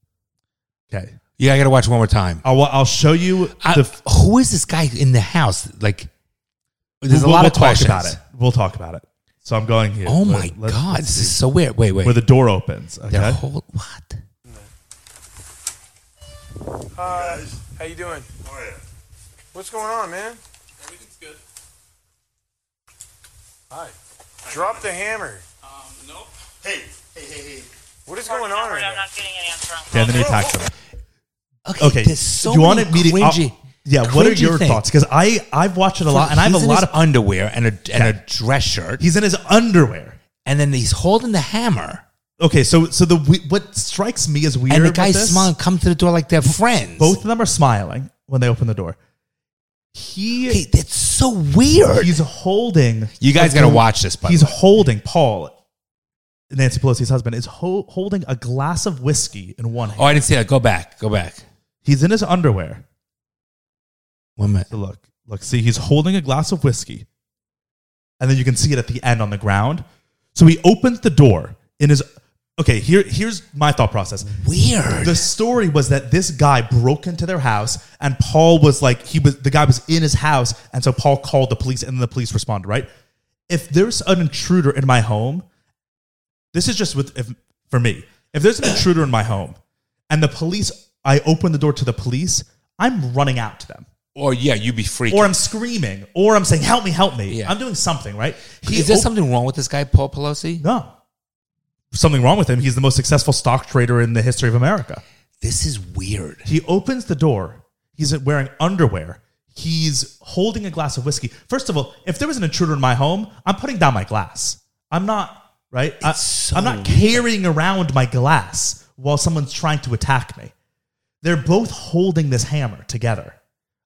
C: Okay,
A: Yeah, I gotta watch one more time.
C: I'll I'll show you
A: I-
C: the. f-
A: who is this guy in the house? Like, there's
C: we'll-
A: a lot
C: we'll
A: of questions.
C: Talk about it. We'll talk about it. So I'm going here.
A: Oh my
C: Let- let-
A: god, this is so weird. Wait, wait.
C: Where the door opens. Okay.
A: Their whole what?
D: Hi. How you doing?
E: Oh yeah.
D: What's going on, man?
E: Everything's good.
D: Hi. Drop the hammer.
E: Um, nope. Hey, hey, hey, hey.
D: What is going on right
F: I'm
D: now?
F: not getting an answer. I'm
C: and
F: called
C: then he
F: in.
C: attacks him.
A: Okay,
C: Okay,
A: there's so
C: do you
A: many
C: want it medium?
A: cringy.
C: yeah, what are
A: cringy
C: your
A: things.
C: thoughts? Because I I've watched it a lot, and I have a
A: He's in
C: lot
A: his
C: of.
A: underwear and a and a dress shirt,
C: He's in his underwear.
A: and then he's holding the hammer,
C: Okay, so so the we- what strikes me as weird.
A: and the
C: with
A: guy's
C: this,
A: smiling. Come to the door like they're friends.
C: Both of them are smiling when they open the door. He
A: Hey, that's so weird.
C: he's holding.
A: You guys gotta watch this, by the
C: He's
A: way.
C: holding Paul. Nancy Pelosi's husband is ho- holding a glass of whiskey in one hand.
A: oh, I didn't see that. Go back. Go back.
C: He's in his underwear.
A: One minute.
C: So look, look, see, he's holding a glass of whiskey. And then you can see it at the end on the ground. So he opened the door in his. Okay, here here's my thought process.
A: Weird.
C: The story was that this guy broke into their house, and Paul was like, he was the guy was in his house, and so Paul called the police, and the police responded. Right? If there's an intruder in my home, this is just with if, for me. If there's an intruder in my home, and the police, I open the door to the police, I'm running out to them,
A: Or yeah, you'd be freaking.
C: or I'm screaming, or I'm saying, "Help me, help me!"
A: Yeah.
C: I'm doing something. Right? He
A: is there
C: op-
A: something wrong with this guy, Paul Pelosi?
C: Oh. No. Something wrong with him. He's the most successful stock trader in the history of America.
A: This is weird.
C: He opens the door. He's wearing underwear. He's holding a glass of whiskey. First of all, if there was an intruder in my home, I'm putting down my glass. I'm not, right? I,
A: so
C: am not
A: weird.
C: carrying around my glass while someone's trying to attack me. They're both holding this hammer together.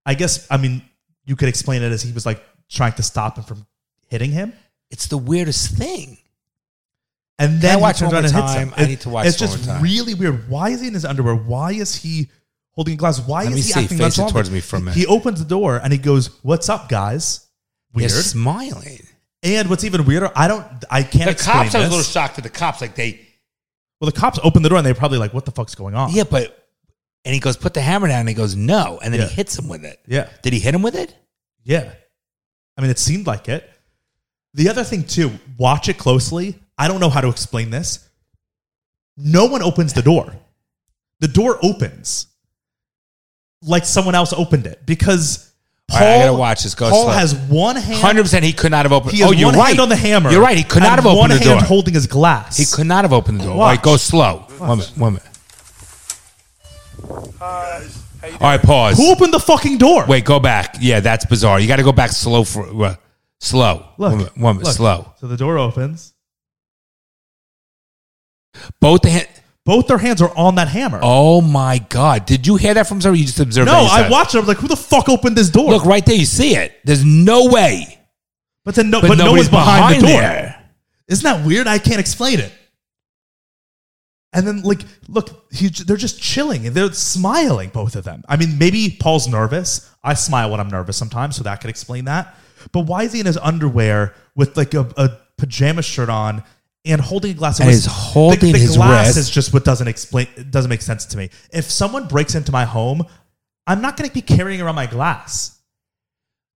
C: I guess, I mean, you could explain it as he was like trying to stop him from hitting him.
A: It's the weirdest thing.
C: And
A: I
C: then
A: watch
C: he turns
A: one
C: around
A: more
C: and hits
A: time?
C: him.
A: I need to watch
C: It's
A: one
C: just
A: more time.
C: really weird. Why is he in his underwear? Why is he holding a glass? Why
A: Let me
C: is he
A: see.
C: acting
A: Face it
C: unsolved?
A: towards me for a minute.
C: He opens the door and he goes, "What's up, guys?" Weird.
A: They're smiling.
C: And what's even weirder, I don't, I can't.
A: The
C: explain
A: cops. I was a
C: this.
A: little shocked at the cops. Like they.
C: Well, the cops open the door and they're probably like, "What the fuck's going on?"
A: Yeah, but and he goes, put the hammer down. And he goes, no, and then
C: Yeah.
A: he hits him with it.
C: yeah,
A: Did he hit him with it?
C: yeah. I mean, it seemed like it. The other thing too, watch it closely. I don't know how to explain this. No one opens the door. The door opens like someone else opened it because
A: All
C: Paul.
A: right, I gotta watch this. Go
C: Paul
A: slow.
C: has one hand.
A: Hundred percent, he could not have opened.
C: He has
A: oh, you're
C: one
A: right.
C: hand on the hammer.
A: You're right. He could not
C: and
A: have opened
C: one
A: the door.
C: hand holding his glass.
A: he could not have opened the door. All right,
C: Watch.
A: go slow. One minute. One minute.
D: Uh, how you
A: All right, pause.
C: Who opened the fucking door?
A: Wait, go back. Yeah, that's bizarre. You got to go back slow for uh, slow.
C: Look,
A: One minute. One minute.
C: look.
A: Slow.
C: So the door opens.
A: Both the hand.
C: Both their hands are on that hammer.
A: Oh my God! Did you hear that from somebody? You just observed.
C: no,
A: that
C: I
A: yourself?
C: watched it. I'm like, who the fuck opened this door?
A: Look right there. You see it. There's no way.
C: but then no,
A: But,
C: but, no
A: nobody's
C: one's behind, the door.
A: there.
C: Isn't that weird? I can't explain it. And then, like, look, he, they're just chilling. They're smiling, both of them. I mean, maybe Paul's nervous. I smile when I'm nervous sometimes, so that could explain that. But why is he in his underwear with like a, a pajama shirt on and holding a glass of
A: And
C: whiskey?
A: he's holding
C: the, the
A: his
C: glass
A: wrist.
C: is just what doesn't explain. It doesn't make sense to me. If someone breaks into my home, I'm not going to be carrying around my glass.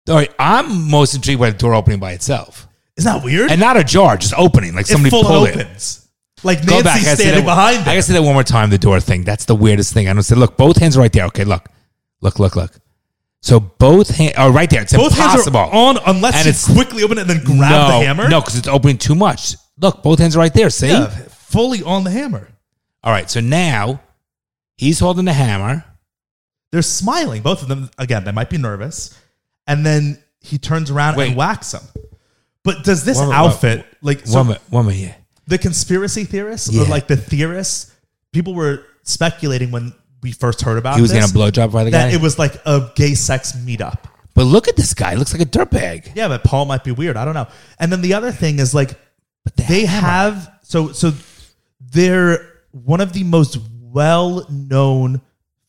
A: All right, I'm most intrigued by the door opening by itself,
C: Isn't that weird?
A: and not ajar, just opening like somebody
C: it full
A: pulled it.
C: opens. Like
A: Go back. I
C: Nancy's
A: gotta say
C: standing
A: that one-
C: behind
A: I
C: it.
A: gotta say that one more time. The door thing. That's the weirdest thing. I don't say. Look, both hands are right there. Okay, look, look, look, look. So both hands are right there. It's
C: both
A: impossible.
C: hands are on unless
A: And
C: you
A: it's-
C: quickly open it and then grab
A: no,
C: the hammer.
A: No, because it's opening too much. Look, both hands are right there. See?
C: Yeah, fully on the hammer.
A: All right. So now he's holding the hammer.
C: They're smiling, both of them. Again, they might be nervous. And then he turns around
A: Wait.
C: and whacks him. But does this
A: Woman,
C: outfit, like, so
A: woman, woman, yeah.
C: the conspiracy theorists
A: Yeah.
C: or like the theorists, people were speculating when we first heard about
A: He was
C: this,
A: getting a blowjob by the
C: that
A: guy.
C: it was like a gay sex meetup.
A: but look at this guy. He looks like a dirtbag.
C: Yeah, but Paul might be weird. I don't know. And then the other thing is like they have so so they're one of the most well known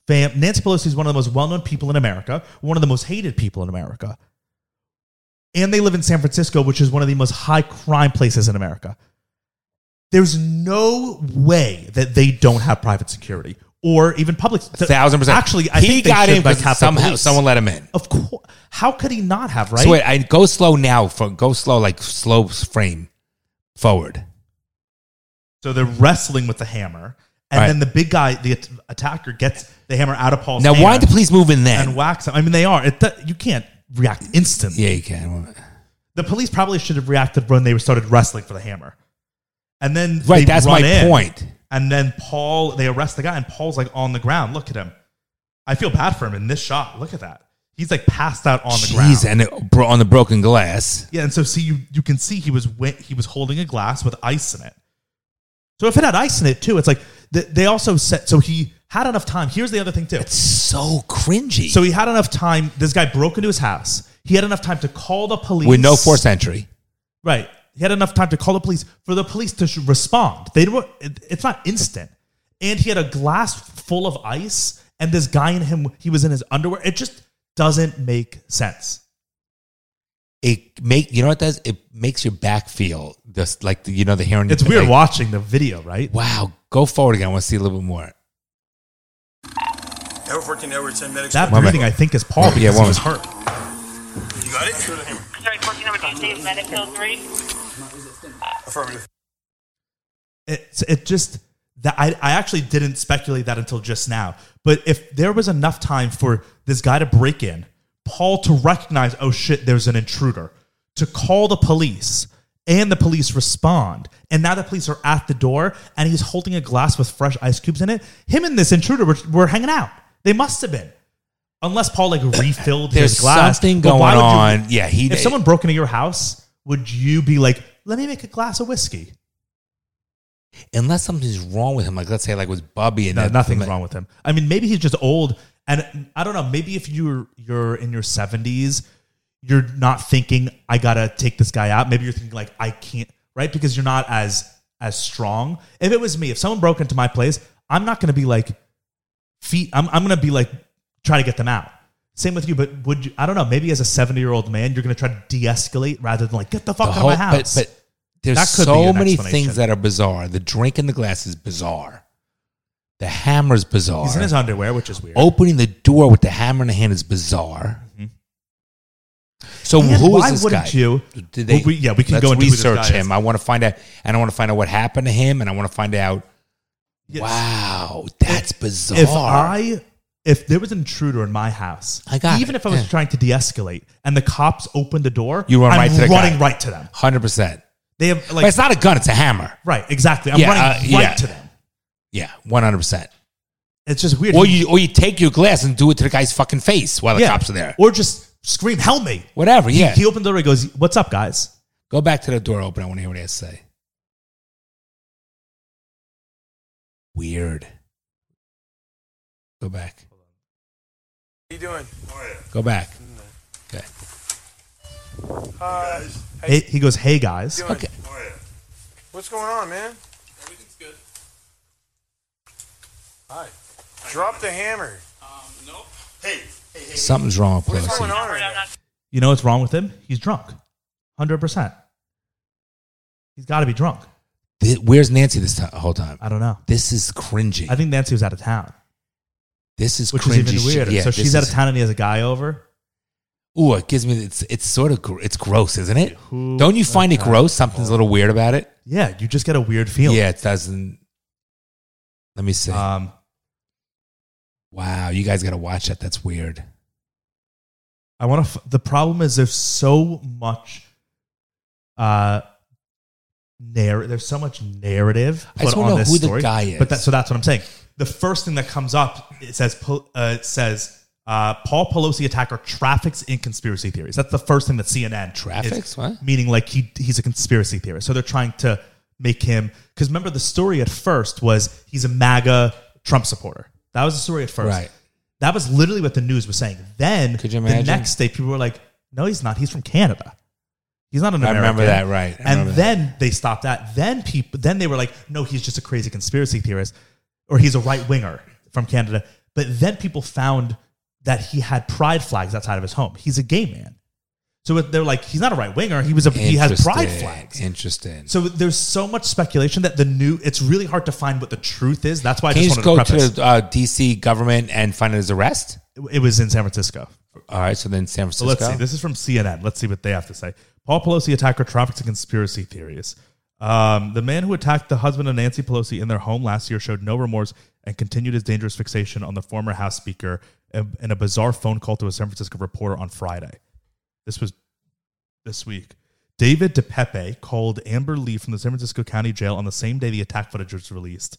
C: fam Nancy Pelosi is one of the most well known people in America, one of the most hated people in America. And they live in San Francisco, which is one of the most high crime places in America. There's no way that they don't have private security or even public.
A: A thousand percent.
C: Actually, I
A: he
C: think
A: got
C: they should,
A: in
C: like,
A: because
C: have the
A: somehow
C: police.
A: someone let him in.
C: Of course, how could he not have? Right?
A: So wait, I go slow now. For go slow, like slow frame forward.
C: So they're wrestling with the hammer, and
A: Right.
C: then the big guy, the at- attacker, gets the hammer out of Paul's
A: Now,
C: hand
A: why did the police move in then?
C: Oh, and whacks him. I mean, they are. It, you can't react instantly.
A: yeah, you can.
C: The police probably should have reacted when they started wrestling for the hammer, and then
A: Right,
C: they
A: that's
C: run
A: my
C: in,
A: point.
C: And then Paul, they arrest the guy, and Paul's like on the ground. Look at him. I feel bad for him in this shot. Look at that. He's like passed out on the ground.
A: Jeez, and it, bro, on the broken glass.
C: Yeah, and so see you you can see he was wi- he was holding a glass with ice in it. So if it had ice in it too, it's like th- they also set so he had enough time. Here's the other thing too.
A: So cringy.
C: So he had enough time. This guy broke into his house. He had enough time to call the police
A: with no force entry.
C: Right. He had enough time to call the police for the police to sh- respond. They were. it- It's not instant. And he had a glass full of ice. And this guy in him, he was in his underwear. It just doesn't make sense.
A: it make you know what it does? It makes your back feel just like the, you know the hair on your
C: It's weird
A: like,
C: watching the video, right?
A: Wow, go forward again. I want to see a little bit more.
E: Hour 14, hour 10 medics.
C: That
A: One
C: breathing, I
A: minute.
C: think, is Paul
A: Yeah,
C: because he
A: one
C: was hurt.
A: minute.
E: You got it? Through the hammer.
F: Sorry, 14 over 2, Dave, Medical 3.
E: Affirmative.
C: It, it just that I, I actually didn't speculate that until just now. But if there was enough time for this guy to break in, Paul to recognize, oh shit, there's an intruder, to call the police, and the police respond, and now the police are at the door, and he's holding a glass with fresh ice cubes in it. Him and this intruder were, were hanging out. They must have been. Unless Paul like refilled his
A: There's
C: glass.
A: something
C: But
A: going
C: why would
A: on. yeah, he.
C: if someone broke into your house, would you be like, let me make a glass of whiskey?
A: unless something's wrong with him, like let's say like with Bubby and
C: No,
A: that,
C: nothing's
A: like,
C: wrong with him. I mean, maybe he's just old, and I don't know. Maybe if you're you're in your seventies, you're not thinking I gotta take this guy out. Maybe you're thinking like I can't, right? Because you're not as as strong. If it was me, if someone broke into my place, I'm not gonna be like feet. I'm I'm gonna be like try to get them out. Same with you, but would you? I don't know. Maybe as a seventy year old man, you're gonna try to de-escalate rather than like get the fuck
A: the
C: out
A: whole-
C: of my house.
A: But, but there's
C: That could be
A: so
C: an
A: many
C: explanation.
A: things that are bizarre. The drink in the glass is bizarre. The hammer's bizarre.
C: he's in his underwear, which is weird.
A: Opening the door with the hammer in the hand is bizarre. So
C: Mm-hmm. And
A: who is
C: why
A: this
C: wouldn't
A: guy?
C: you-
A: Did they,
C: Well, we- yeah, we can
A: let's
C: go into who this
A: research
C: guy is.
A: him. I want to find out, and I want to find out what happened to him, and I want to find out.
C: Yes.
A: Wow, that's bizarre.
C: if I if there was an intruder in my house,
A: I got
C: even
A: it.
C: if I was
A: Yeah.
C: trying to de-escalate and the cops opened the door,
A: You run
C: I'm
A: right to the guy.
C: running right to them.
A: hundred percent.
C: They have
A: But
C: like
A: it's not a gun; it's a hammer.
C: right exactly. I'm
A: Yeah,
C: running
A: uh,
C: right
A: yeah.
C: to them.
A: Yeah, one hundred percent.
C: It's just weird.
A: Or you, or you take your glass and do it to the guy's fucking face while the
C: Yeah.
A: cops are there.
C: or just scream, "Help me!"
A: Whatever. Yeah.
C: He opened the door. He goes, "What's up, guys?"
A: Go back to the door open. I want to hear what he has to say. Weird. Go back.
D: you doing?
A: Go back. Okay.
D: Uh,
C: Hey, he goes, "Hey, guys."
A: Okay.
E: Oh,
D: what's going on, man?
E: Everything's good.
D: Drop the hammer.
E: Um, nope.
A: Something's wrong with
D: What's going
A: Pelosi.
D: on right now?
C: You know what's wrong with him? He's drunk, hundred percent. He's got to be drunk.
A: Th- Where's Nancy this ti- whole time?
C: I don't know.
A: This is cringy.
C: I think Nancy was out of town,
A: This is
C: which
A: cringy.
C: is even
A: shit.
C: weirder.
A: Yeah,
C: so
A: this
C: she's out of
A: is-
C: town, and he has a guy over.
A: Ooh, it gives me. It's it's sort of gr- it's gross, isn't it?
C: Who-
A: Don't you find it
C: Okay.
A: gross? Something's a little weird about it.
C: Yeah, you just get a weird feeling.
A: Yeah, it doesn't. Let me see.
C: Um,
A: wow, you guys got to watch that. That's weird.
C: I want to. F- the problem is there's so much, uh, narr- There's so much narrative.
A: I just
C: put
A: wanna
C: on
A: know
C: this
A: who the
C: story.
A: guy is.
C: But that, so that's what I'm saying. The first thing that comes up it says pol- uh, it says uh, Paul Pelosi attacker traffics in conspiracy theories. That's the first thing that CNN is-
A: Traffics? What?
C: meaning like he he's a conspiracy theorist. So they're trying to make him because remember the story at first was he's a MAGA Trump supporter. That was the story at first.
A: Right.
C: That was literally what the news was saying. Then
A: Could you
C: the
A: imagine?
C: next day people were like, "No, he's not. He's from Canada. He's not an
A: I
C: American."
A: remember that, right. I
C: and
A: remember that.
C: then they stopped that. Then people then they were like, "No, he's just a crazy conspiracy theorist or he's a right-winger from Canada." But then people found that he had pride flags outside of his home. He's a gay man. So they're like, he's not a right winger. He was a he has pride
A: Interesting.
C: flags.
A: Interesting.
C: So there's so much speculation that the new. It's really hard to find what the truth is. That's why I
A: Can you
C: just
A: just
C: wanted
A: go
C: to preface.
A: to uh, DC government and find his arrest?
C: it was in San Francisco.
A: All right, so then San
C: So
A: Francisco.
C: let's see. This is from CNN. Let's see what they have to say. Paul Pelosi attacker traffics and conspiracy theories. Um, the man who attacked the husband of Nancy Pelosi in their home last year showed no remorse and continued his dangerous fixation on the former House Speaker in, in a bizarre phone call to a San Francisco reporter on Friday. This was this week. David DePepe called Amber Lee from the San Francisco County Jail on the same day the attack footage was released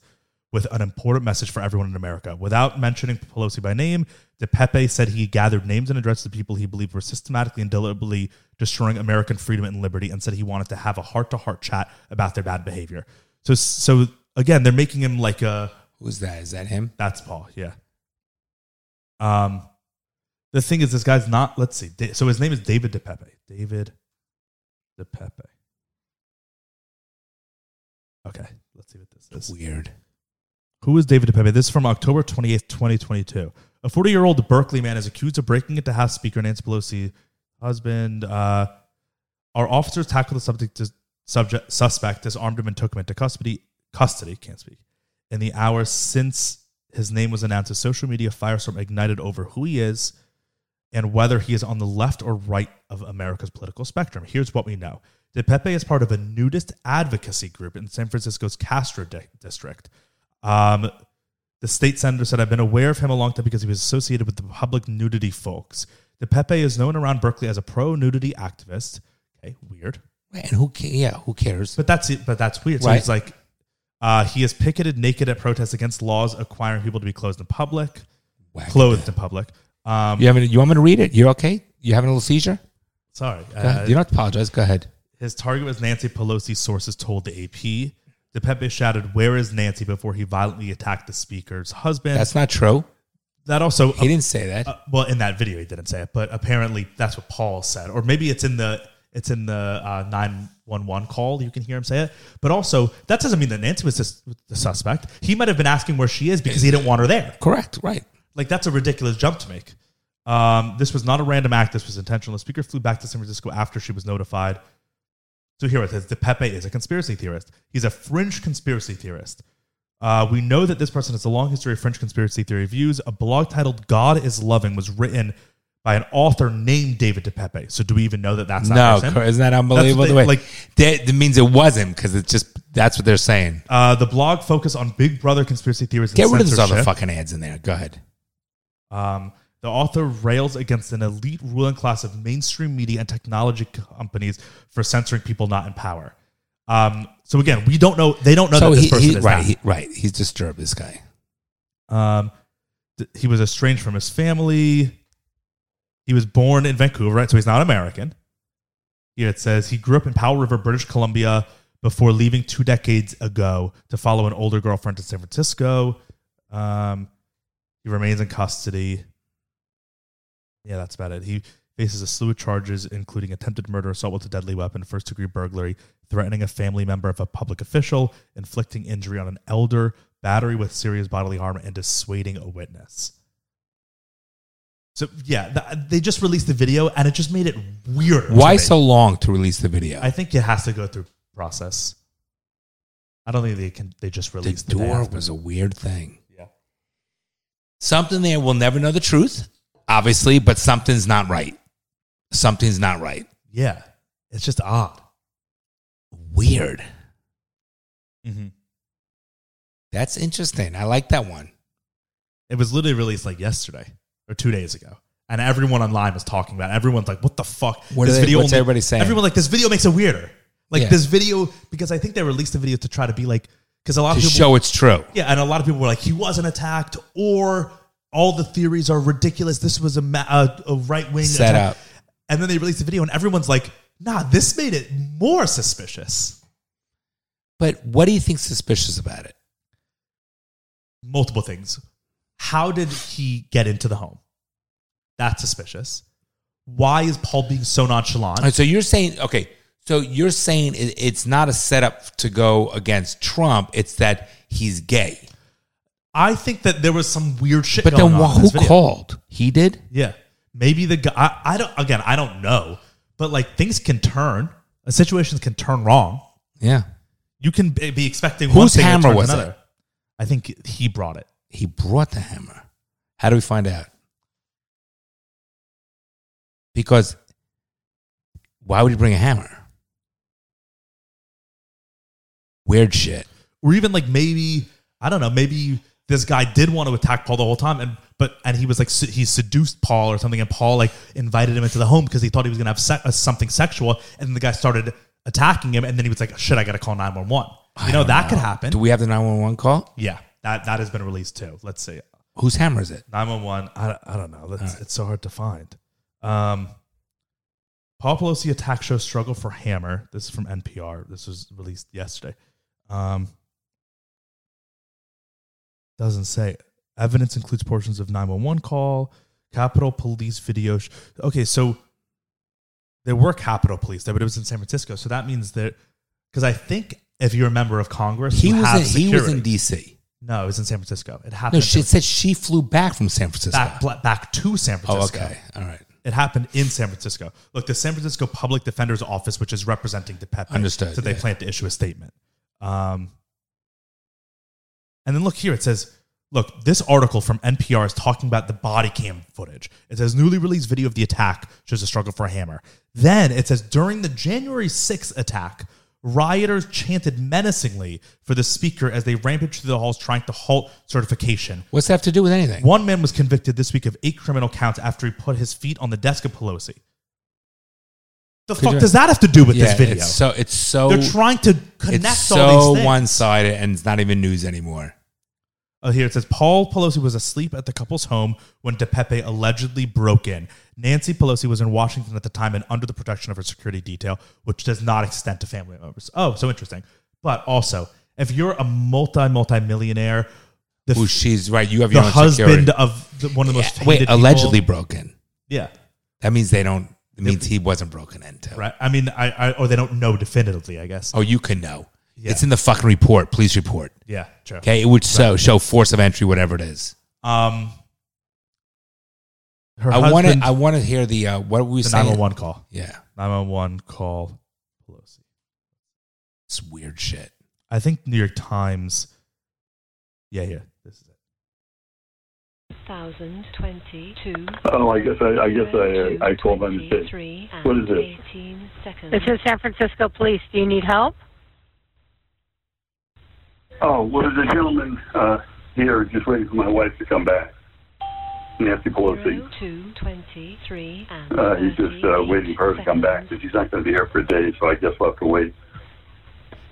C: with an important message for everyone in America. Without mentioning Pelosi by name, DePepe said he gathered names and addresses of people he believed were systematically and deliberately destroying American freedom and liberty and said he wanted to have a heart-to-heart chat about their bad behavior. So so again, they're making him like a
A: Who's that? Is that him?
C: that's Paul. Yeah. Um, the thing is, this guy's not. Let's see. Da- So his name is David DePepe. David DePepe. Okay. Let's see what this is.
A: Weird.
C: Who is David DePepe? This is from October 28th, 2022. A 40 year old Berkeley man is accused of breaking into House Speaker Nancy Pelosi's husband, uh, Our officers tackled the subject, dis- subject suspect, disarmed him, and took him into custody. Custody can't speak. In the hours since his name was announced, a social media firestorm ignited over who he is and whether he is on the left or right of America's political spectrum. Here's what we know. De Pepe is part of a nudist advocacy group in San Francisco's Castro di- district. Um, the state senator said, I've been aware of him a long time because he was associated with the public nudity folks. De Pepe is known around Berkeley as a pro nudity activist. Okay, weird.
A: Right, And who? ca- Yeah, who cares?
C: But that's it. But that's weird. So
A: Right.
C: he's like, uh, he is picketed naked at protests against laws requiring people to be clothed in public.
A: Whack.
C: Clothed in public. Um,
A: You having? You want me to read it? You're okay. You having a little seizure?
C: Sorry.
A: Go ahead.
C: Uh,
A: you don't have to apologize. Go ahead.
C: His target was Nancy Pelosi, sources told the AP. DePepe shouted, Where is Nancy? before he violently attacked the speaker's husband.
A: That's not true.
C: that also,
A: He didn't say that.
C: uh, well, in that video he didn't say it, but apparently that's what Paul said, or maybe it's in the it's in the uh, nine one one call. You can hear him say it, but also that doesn't mean that Nancy was sus- the suspect. He might have been asking where she is because he didn't want her there.
A: Correct. Right.
C: Like that's a ridiculous jump to make. Um, this was not a random act. This was intentional. The speaker flew back to San Francisco after she was notified. So here it says: DePepe is a conspiracy theorist. He's a fringe conspiracy theorist. Uh, we know that this person has a long history of French conspiracy theory views. A blog titled "God Is Loving" was written by an author named David DePepe. So do we even know that that's that
A: No,
C: person?
A: cor- isn't that
C: That's what
A: unbelievable?
C: they-
A: the way
C: like
A: that, that means it wasn't because it's just that's what they're saying.
C: uh, the blog focused on Big Brother conspiracy theories.
A: Get
C: and
A: rid of those other
C: censorship.
A: fucking ads in there. Go ahead.
C: Um, the author rails against an elite ruling class of mainstream media and technology companies for censoring people not in power. Um, so again, we don't know. They don't know that this
A: he,
C: person
A: he-
C: is
A: right,
C: that.
A: he, right. He's disturbed. This guy.
C: Um, th- he was estranged from his family. He was born in Vancouver, right? So he's not American. Here it says he grew up in Powell River, British Columbia, before leaving two decades ago to follow an older girlfriend to San Francisco. Um, he remains in custody. Yeah, that's about it. He faces a slew of charges, including attempted murder, assault with a deadly weapon, first degree burglary, threatening a family member of a public official, inflicting injury on an elder, battery with serious bodily harm, and dissuading a witness. So, yeah, th- they just released the video and it just made it weird.
A: Why so long to release the video?
C: I think it has to go through process. I don't think they can. They just
A: the
C: released the day
A: door
C: after.
A: was a weird thing.
C: Yeah.
A: Something there will never know the truth, obviously, but something's not right. Something's not right.
C: Yeah, it's just odd.
A: Weird.
C: Mm-hmm.
A: That's interesting. I like that one.
C: It was literally released like yesterday or two days ago, and everyone online was talking about. It. Everyone's like, "What the fuck?"
A: What are they- what's everybody saying?
C: Everyone like this video makes it weirder. Like
A: Yeah.
C: this video because I think they released the video to try to be like because a lot
A: To
C: of people
A: show it's true.
C: Yeah, and a lot of people were like, he wasn't attacked, or all the theories are ridiculous. This was a, ma- a, a right wing
A: Set
C: attack.
A: up.
C: And then they released the video, and everyone's like, nah, this made it more suspicious.
A: But what do you think suspicious about it?
C: Multiple things. How did he get into the home? That's suspicious. Why is Paul being so nonchalant?
A: All right, so you're saying okay. So you're saying it, it's not a setup to go against Trump. It's that he's gay.
C: I think that there was some weird shit.
A: But
C: going
A: then
C: on
A: wha- who
C: in this video.
A: called? He did.
C: Yeah. Maybe the guy, I, I don't, again, I don't know, but like things can turn, uh, situations can turn wrong.
A: Yeah,
C: You can b- be expecting one
A: Whose
C: thing
A: hammer
C: hammer
A: was
C: another.
A: it?
C: I think he brought it.
A: he brought the hammer. How do we find out? Because why would he bring a hammer? Weird shit.
C: Or even like maybe I don't know. Maybe this guy did want to attack Paul the whole time, and but and he was like se- he seduced Paul or something, and Paul like invited him into the home because he thought he was gonna have se- uh, something sexual, and the guy started attacking him, and then he was like, "Shit, I gotta call nine one one." You know that could happen.
A: Do we have the nine one one call?
C: yeah, that that has been released too. Let's see.
A: Whose hammer is it?
C: Nine one one. I I don't know. That's, It's so hard to find. Um, Paul Pelosi attack show struggle for hammer. This is from NPR. This was released yesterday. Um, doesn't say evidence includes portions of nine one one call, Capitol Police video. Sh- okay, so there were Capitol Police there, but it was in San Francisco. So that means that because I think if you're a member of Congress,
A: He
C: you have
A: was in, he was
C: security.
A: in D.C.
C: no, it was in San Francisco. It happened
A: No,
C: in
A: she
C: San
A: said she flew back from San Francisco.
C: back back to San
A: oh,
C: Francisco.
A: okay, all right.
C: It happened in San Francisco. Look, the San Francisco Public Defender's Office, which is representing DePepe,
A: Understood,
C: So they
A: yeah.
C: plan to issue a statement. Um, and then look here, it says, look, this article from NPR is talking about the body cam footage. It says newly released video of the attack shows a struggle for a hammer. Then it says during the January 6th attack, rioters chanted menacingly for the speaker as they rampaged through the halls trying to halt certification.
A: What's that have to do with anything?
C: One man was convicted this week of eight criminal counts after he put his feet on the desk of Pelosi. The fuck
A: you-
C: does that have to do with
A: Yeah,
C: this video?
A: It's so it's so
C: They're trying to connect
A: it's
C: all
A: so
C: these things.
A: one sided and it's not even news anymore.
C: Oh, here it says Paul Pelosi was asleep at the couple's home when DePepe allegedly broke in. Nancy Pelosi was in Washington at the time and under the protection of her security detail, which does not extend to family members. Oh, so interesting. But also, if you're a multi multi millionaire, the,
A: Well, she's right. You have
C: the
A: your own
C: husband
A: security.
C: of the, one of the most
A: Wait,
C: hated people-
A: allegedly broken.
C: yeah,
A: That means they don't. It means he wasn't broken into.
C: right. I mean, I, I or they don't know definitively, I guess.
A: Oh, you can know.
C: Yeah.
A: It's in the fucking report. Please report.
C: yeah, true.
A: Okay, it would so show force of entry, whatever it is.
C: Um, her
A: I want to.
C: husband-
A: I want to hear the uh, what were we
C: the
A: saying?
C: nine one one call.
A: Yeah,
C: Nine one one call. Pelosi.
A: it's weird shit.
C: I think New York Times. Yeah, yeah, this is it.
G: 2022.
H: Oh, I guess I, I guess I, uh, I called on the state.
G: 23 and
H: What is it?
G: 18 seconds.
I: This is San Francisco Police. Do you need help?
H: Oh, well, there's a gentleman uh, here just waiting for my wife to come back. Nancy Pelosi.
G: Zero, two, 23 and
H: Uh, he's just uh, waiting for her to come back, but she's not going to be here for a day, so I guess I'll have to wait.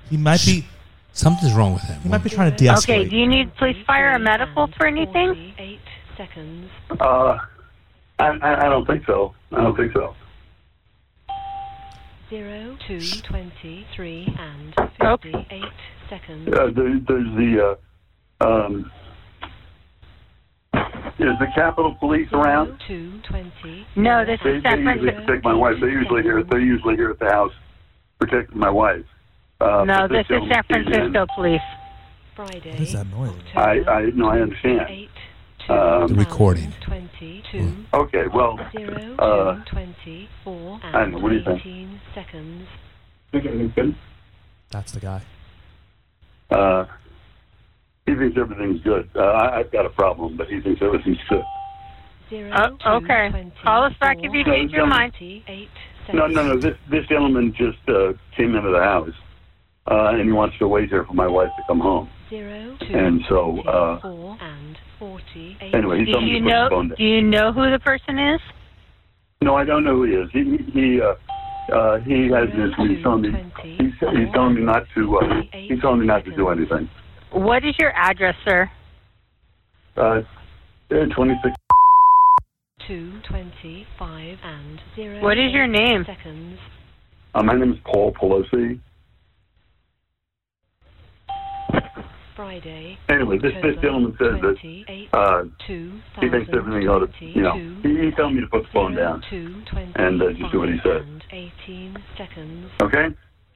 C: He might be.
A: Something's wrong with
C: He
A: him.
C: might be trying to de-escalate.
I: Okay, do you need police, fire, or medical for anything?
G: Eight seconds.
H: Uh, I, I, I don't think so. I don't think so.
G: Zero, two, 23 and
I: Nope.
G: 58 seconds.
H: Uh, there, there's the uh, um, is the Capitol Police around?
G: Two, 20.
I: No, this
H: They,
I: is
H: they
I: San
H: usually
I: Francisco.
H: protect my wife. They're usually here. They're usually here at the house protecting my wife. Uh,
I: No,
H: but
I: this is
H: gentleman
I: San
H: came in.
I: Francisco Police.
G: Friday.
C: What is that noise?
H: I, I no, I understand.
G: Eight,
H: Um,
A: The recording.
G: 22.
H: Okay, well,
G: Zero,
H: uh,
G: two, 24
H: I don't know, what do you
G: and
H: think?
G: 18 seconds.
H: think everything's good.
C: That's the guy.
H: Uh, he thinks everything's good. Uh, I, I've got a problem, but he thinks everything's good.
G: Zero,
I: Oh,
G: two,
I: okay.
G: 24,
I: Call us back if you change your mind.
G: 28
H: No, no, no.
G: seconds.
H: This this gentleman just uh, came into the house, uh, and he wants to wait here for my wife to come home.
G: Zero, two,
H: And so, uh,
G: 24 and 48
H: anyway, he
I: Do
H: told me
I: you
H: to put the
I: know?
H: phone down.
I: Do you know who the person is?
H: No, I don't know who he is. He he uh, uh, he has this. He's telling me he's, he's telling me not to. Uh, he's telling me not to do anything.
I: What is your address, sir?
H: Uh, Twenty six.
G: Two, 25 and zero.
I: What is your
G: eight
I: name?
G: Seconds.
H: Uh, my name is Paul Pelosi.
G: Friday.
H: Anyway, this this
G: October
H: gentleman says that
G: 28,
H: uh, he
G: 2022,
H: thinks everything ought to. You know, he, he told me to put the phone down.
G: Two,
H: And, uh, just do what he said.
G: 25 and 18 seconds.
H: Okay.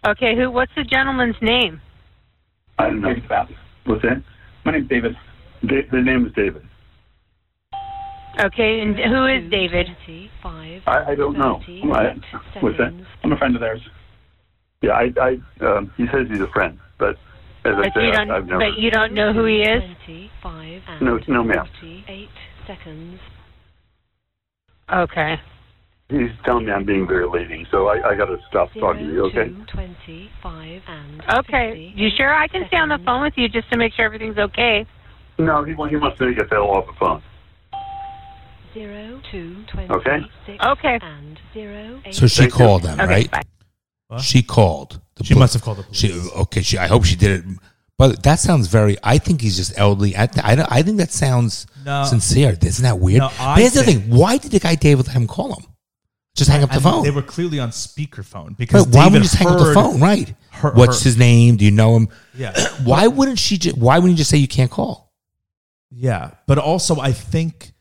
I: Okay, who? What's the gentleman's name?
H: I don't know. What's that? My name's David. Da- the name is David.
I: Okay, and who is David?
G: 25
H: I, I don't know. I, what's that?
G: seconds.
H: I'm a friend of theirs. Yeah, I, I um, he says he's a friend, but as I
I: But you
H: said, I,
I: don't.
H: I've never.
I: But you don't know who he is.
G: 25 and
H: No- no, ma'am.
G: 48 seconds.
I: Okay.
H: he's telling me I'm being very leading, so I, I got to stop talking to you.
G: Zero,
H: Okay.
G: two, 25 and
I: Okay.
G: 50
I: You sure I can stay on the
G: seconds.
I: phone with you just to make sure everything's okay?
H: No, he, wa- he wants me to get that off the phone.
G: Zero, two,
H: Okay.
G: 26
I: Okay.
G: And zero, eight,
A: So she
H: Thank you.
A: called them,
I: Okay.
A: right?
I: Bye.
C: Huh?
A: She called. The
C: She
A: pol-
C: must have called the police.
A: She okay. She. I hope she did it. But that sounds very. I think he's just elderly. I. Th- I, don't- I think that sounds
C: No.
A: sincere. Isn't that weird?
C: No, I
A: Here's the
C: think-
A: thing. Why did the guy David let him call him? Just hang up the
C: And
A: phone.
C: They were clearly on speakerphone because
A: Right, why
C: David
A: wouldn't you just hang up the
C: heard-
A: phone? Right.
C: her-
A: What's
C: her-
A: his name? Do you know him?
C: Yeah.
A: why wouldn't she? Just, why wouldn't you just say you can't call?
C: Yeah, but also I think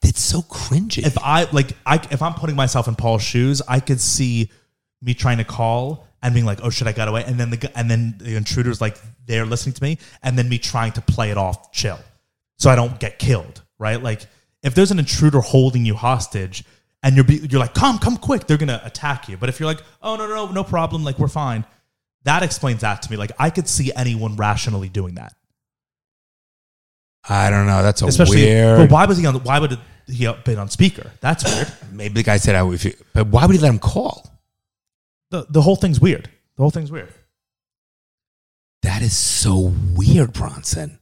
A: That's so cringy.
C: if I like, I if I'm putting myself in Paul's shoes, I could see me trying to call and being like, "Oh shit, I got away," and then the gu- and then the intruders like they're listening to me, and then me trying to play it off chill, so I don't get killed, right? Like if there's an intruder holding you hostage and you're be, you're like, come, come quick, they're gonna attack you. But if you're like, oh no, no, no, no problem, like we're fine, that explains that to me. Like I could see anyone rationally doing that,
A: I don't know. That's a
C: especially.
A: weird.
C: But why was he on? Why would he have been on speaker? That's weird.
A: Maybe the guy said, "I." If you, but why would he let him call?
C: the The whole thing's weird. The whole thing's weird.
A: That is so weird, Bronson.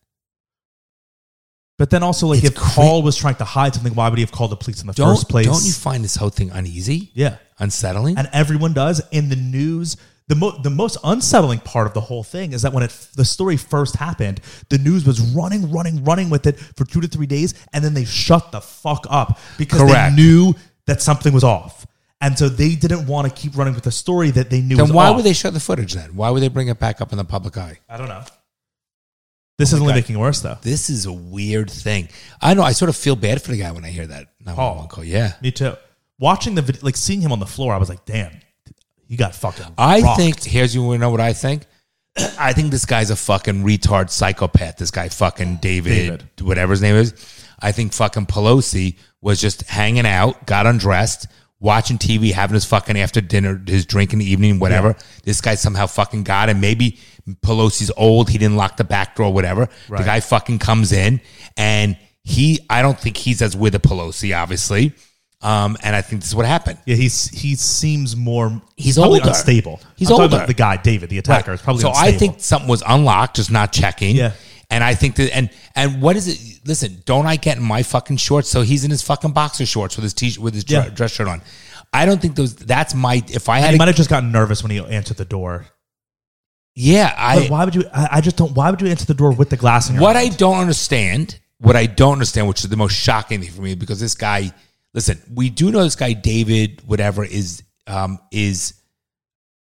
C: But then also, like,
A: It's
C: if
A: cra-
C: Carl was trying to hide something, why would he have called the police in the
A: Don't
C: first place?
A: don't you find this whole thing uneasy,
C: yeah.
A: unsettling?
C: and everyone does in the news the, mo- the most unsettling part of the whole thing is that when it, the story first happened the news was running running running with it for two to three days and then they shut the fuck up because
A: Correct.
C: they knew that something was off and so they didn't want to keep running with the story that they knew
A: then
C: was
A: why
C: off.
A: would they show the footage? Then why would they bring it back up in the public eye?
C: i don't know this is only
A: God.
C: making it worse though
A: This is a weird thing. I know. I sort of feel bad for the guy when I hear that. No,
C: Paul.
A: Uncle, yeah.
C: me too watching the video like seeing him on the floor i was like damn he got fucking
A: I
C: rocked.
A: think here's you wanna know what I think. I think this guy's a fucking retard psychopath. This guy fucking David,
C: David.
A: whatever his name is. I think fucking Pelosi was just hanging out, got undressed, watching TV, having his fucking after dinner, his drink in the evening, whatever. This guy somehow fucking got him. Maybe Pelosi's old, he didn't lock the back door, whatever. The
C: Right.
A: guy fucking comes in and he I don't think he's as with a Pelosi, obviously. Um, and I think this is what happened.
C: Yeah, he's he seems more.
A: He's
C: probably
A: older.
C: unstable.
A: He's
C: I'm talking
A: older.
C: About the guy, David, the attacker, is probably
A: so
C: Unstable.
A: I think something was unlocked, just not checking.
C: Yeah.
A: And I think that and and what is it? Listen, don't I get in my fucking shorts? So he's in his fucking boxer shorts with his t with his dre-
C: Yeah.
A: dress shirt on. I don't think those. That's my. If I
C: And
A: had,
C: he
A: a-
C: might have just gotten nervous when he answered the door.
A: yeah,
C: But
A: I.
C: why would you? I, I just don't. Why would you answer the door with the glass? In your
A: What I
C: hand?
A: don't understand, what I don't understand, which is the most shocking thing for me, because this guy, listen, we do know this guy David, whatever is um is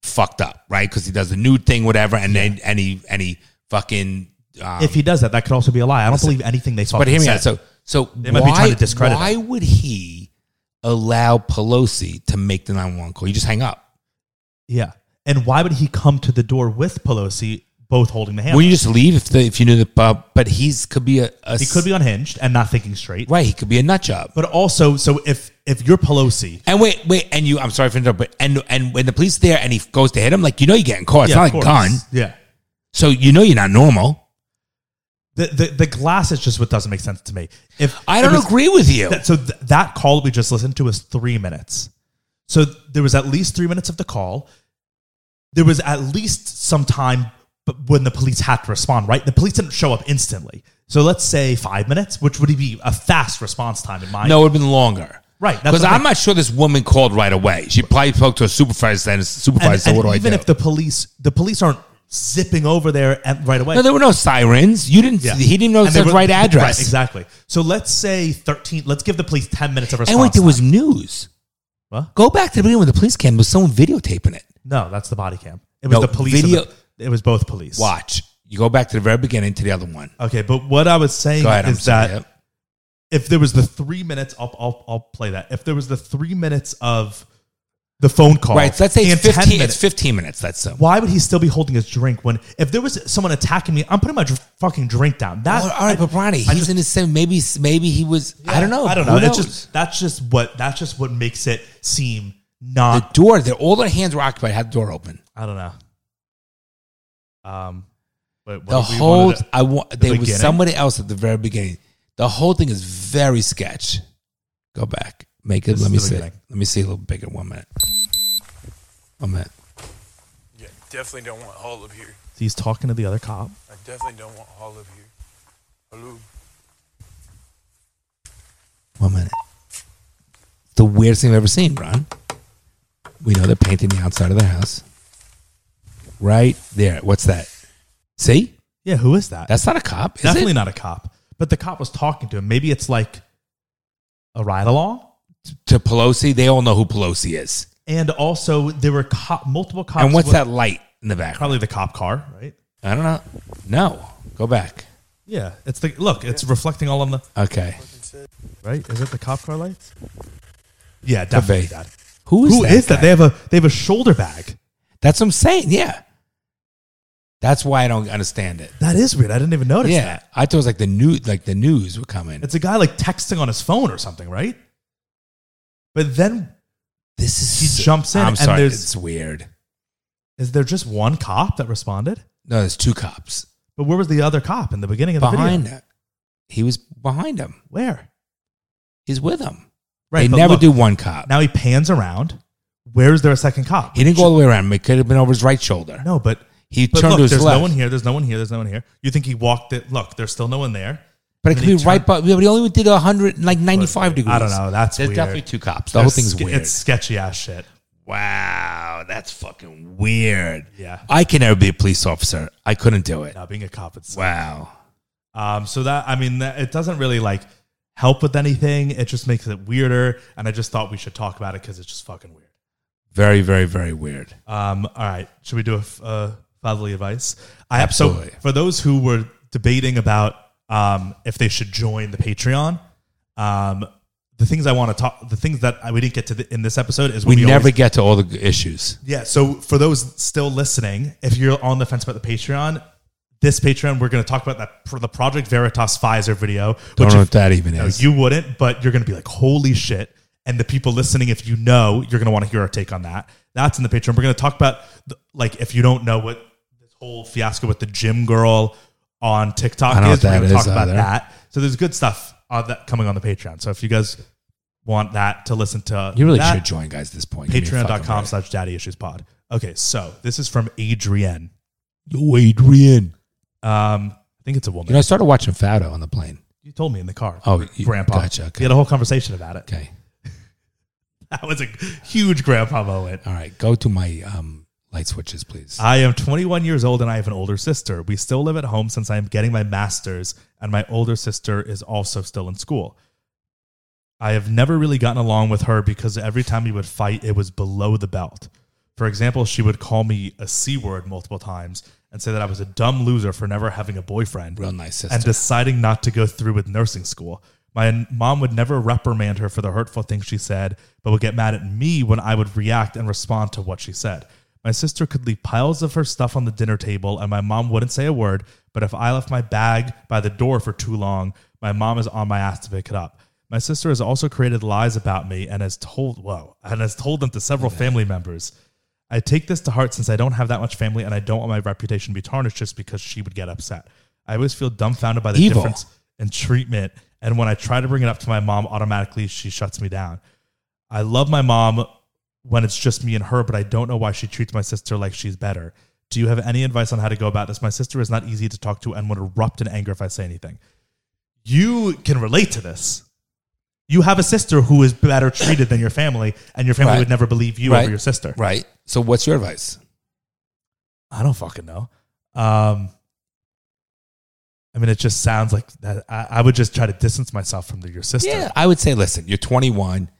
A: fucked up, right? Because he does the nude thing, whatever, and then and he and he fucking. Um,
C: if he does that, that could also be a lie. I don't believe anything they saw.
A: But hear me out. So, so
C: They might be trying to discredit
A: why would he allow Pelosi to make the 911 call? You just hang up.
C: yeah, and why would he come to the door with Pelosi, both holding the hand?
A: Wouldn't you just leave if the, if you knew that? Uh, but he's could be a, a
C: he could be unhinged and not thinking straight.
A: right. He could be a nut job.
C: But also, so if if you're Pelosi,
A: And wait, wait, and you. I'm sorry for interrupting, but and and when the police are there and he goes to hit him, like you know you're getting caught. It's
C: yeah,
A: not
C: of
A: like a gun,
C: course. Yeah,
A: so you know you're not normal.
C: the, the the glass is just what doesn't make sense to me. If
A: I
C: if
A: don't
C: it's-
A: agree with you.
C: That- so th- that call we just listened to was three minutes. So th- there was at least three minutes of the call. There was at least some time b- when the police had to respond, right? The police didn't show up instantly. So let's say five minutes, which would be a fast response time in my
A: No, it would have been longer.
C: Right, that's
A: Because
C: what I-
A: I'm not sure this woman called right away. She probably spoke to a supervisor and a supervisor.
C: And,
A: so
C: and
A: what do I
C: even
A: do?
C: if the police, the police aren't zipping over there and right away.
A: No, there were no sirens. You didn't.
C: Yeah.
A: He didn't know
C: And
A: the
C: they were-
A: right address.
C: Right, exactly. So let's say 13, let's give the police 10 minutes of response.
A: And wait, there was
C: time.
A: news.
C: What?
A: Go back to the beginning with the police cam. There was someone videotaping it.
C: No, that's the body cam. It was
A: No,
C: the police. and
A: video-
C: the- it was both police.
A: Watch. You go back to the very beginning to the other one.
C: Okay, but what I was saying
A: Go ahead. I'm
C: is
A: sorry.
C: that
A: Yep.
C: if there was the three minutes, I'll, I'll, I'll play that. If there was the three minutes of the phone call,
A: right. so Let's say
C: and
A: it's
C: 10
A: fifteen.
C: minutes,
A: It's fifteen minutes. That's so.
C: Why would he still be holding his drink when if there was someone attacking me, I'm putting my dr- fucking drink down. That
A: all right, but Bronny, he's
C: I just-
A: in his seven. Maybe, maybe he was. I don't know.
C: I don't
A: Who
C: know. It's
A: knows?
C: just that's just what that's just what makes it seem
A: the
C: not.
A: door. That all their hands were occupied. Had the door open.
C: I don't know. Um, but what
A: The
C: if we
A: whole.
C: wanted to-
A: I want. There was
C: beginning?
A: somebody else at the very beginning. The whole thing is very sketch. Go back. Make it.
C: This
A: let
C: is
A: me
C: the
A: see.
C: beginning.
A: Let me see a little bigger. One minute. One minute.
D: Yeah, definitely don't want Hall up here.
C: he's talking to the other cop.
D: I definitely don't want Hall up here. Hello.
A: One minute. The weirdest thing I've ever seen, Ron. We know they're painting the outside of their house. Right there. What's that? See?
C: Yeah, who is that?
A: That's not a cop, is
C: Definitely
A: it?
C: not a cop. But the cop was talking to him. Maybe it's like a ride along.
A: To Pelosi, they all know who Pelosi is.
C: And also, there were cop, multiple cops.
A: and what's
C: with-
A: that light in the background?
C: Probably the cop car, right?
A: I don't know. No. Go back.
C: Yeah, it's the look. It's reflecting all on the
A: Okay.
C: right. Is it the cop car lights? Yeah, definitely.
A: be.
C: That.
A: Who is
C: Who
A: that?
C: is that?
A: guy?
C: They have a they have a shoulder bag.
A: That's what I'm saying. Yeah. That's why I don't understand it.
C: That is weird. I didn't even notice
A: yeah.
C: that.
A: I thought it was like the new like the news would come in.
C: It's a guy like texting on his phone or something, right? But then
A: This is
C: He jumps in
A: I'm
C: and
A: sorry,
C: there's-
A: it's weird.
C: is there just one cop that responded?
A: No, there's two cops
C: But where was the other cop in the beginning of the
A: behind
C: video?
A: her. He was behind him.
C: Where?
A: He's with him.
C: Right.
A: they
C: but
A: never
C: look,
A: do one cop.
C: Now he pans around. Where is there a second cop?
A: he didn't go all the way around. It could have been over his right shoulder.
C: No, but
A: he
C: but
A: turned
C: look,
A: to his
C: there's
A: left.
C: no one here. There's no one here. There's no one here. You think he walked it? Look, there's still no one there.
A: But it
C: And
A: could
C: then
A: be
C: he
A: right
C: turned-
A: by. But he only did a hundred, like ninety-five
C: weird.
A: degrees.
C: I don't know. That's
A: there's
C: weird.
A: definitely two cops. The whole
C: There's
A: thing's
C: ske-
A: weird.
C: It's sketchy ass shit.
A: wow, that's fucking weird.
C: Yeah.
A: I can never be a police officer. I couldn't do it.
C: Now being a cop, it's
A: Wow.
C: Um, so that I mean, that, it doesn't really like help with anything. It just makes it weirder, and I just thought we should talk about it because it's just fucking weird.
A: Very, very, very weird.
C: Um, all right, should we do a f- uh, fatherly advice? I
A: Absolutely.
C: So for those who were debating about um, if they should join the Patreon, um, the things I want to talk, the things that I, we didn't get to the, in this episode is
A: We,
C: what we
A: never
C: always-
A: get to all the g- issues.
C: yeah. So for those still listening, if you're on the fence about the Patreon. This Patreon, we're going to talk about that for the Project Veritas Pfizer video.
A: Don't
C: which
A: know
C: if-
A: what that even
C: no,
A: is.
C: you wouldn't, but you're going to be like, holy shit. And the people listening, if you know, you're going to want to hear our take on that. That's in the Patreon. We're going to talk about, the, like, if you don't know what this whole fiasco with the gym girl on TikTok
A: I don't know what
C: is, we're
A: that
C: going to
A: is
C: talk about
A: either.
C: that. So there's good stuff on that coming on the Patreon. So if you guys want that to listen to,
A: You really
C: that,
A: should join, guys, at this point. Give me a fucking
C: Patreon.com
A: break.
C: slash daddy issues pod. Okay, so this is from Adrienne.
A: Yo, Adrian.
C: Um, I think it's a
A: You
C: woman.
A: know, I started watching Fauda on the plane.
C: you told me in the car.
A: Oh, you-
C: grandpa.
A: gotcha, okay.
C: We had a whole conversation about it.
A: Okay.
C: That was a huge grandpa moment.
A: All right. Go to my um, light switches, please.
C: I am 21 years old and I have an older sister. We still live at home since I am getting my master's, and my older sister is also still in school. I have never really gotten along with her because every time we would fight, it was below the belt. For example, she would call me a C word multiple times and say that I was a dumb loser for never having a boyfriend
A: Real nice sister.
C: and deciding not to go through with nursing school. My n- mom would never reprimand her for the hurtful things she said, but would get mad at me when I would react and respond to what she said. My sister could leave piles of her stuff on the dinner table, and my mom wouldn't say a word. But if I left my bag by the door for too long, my mom is on my ass to pick it up. My sister has also created lies about me and has told whoa and has told them to several family members. I take this to heart since I don't have that much family and I don't want my reputation to be tarnished just because she would get upset. I always feel dumbfounded by the
A: Evil.
C: difference in treatment. And when I try to bring it up to my mom, automatically she shuts me down. I love my mom when it's just me and her, but I don't know why she treats my sister like she's better. Do you have any advice on how to go about this? My sister is not easy to talk to and would erupt in anger if I say anything. You can relate to this. You have a sister who is better treated than your family, and your family
A: Right.
C: would never believe you
A: Right.
C: over your sister.
A: right. So, what's your advice?
C: I don't fucking know. Um, I mean, it just sounds like that. I, I would just try to distance myself from the, your sister.
A: Yeah, I would say, listen, you're 21.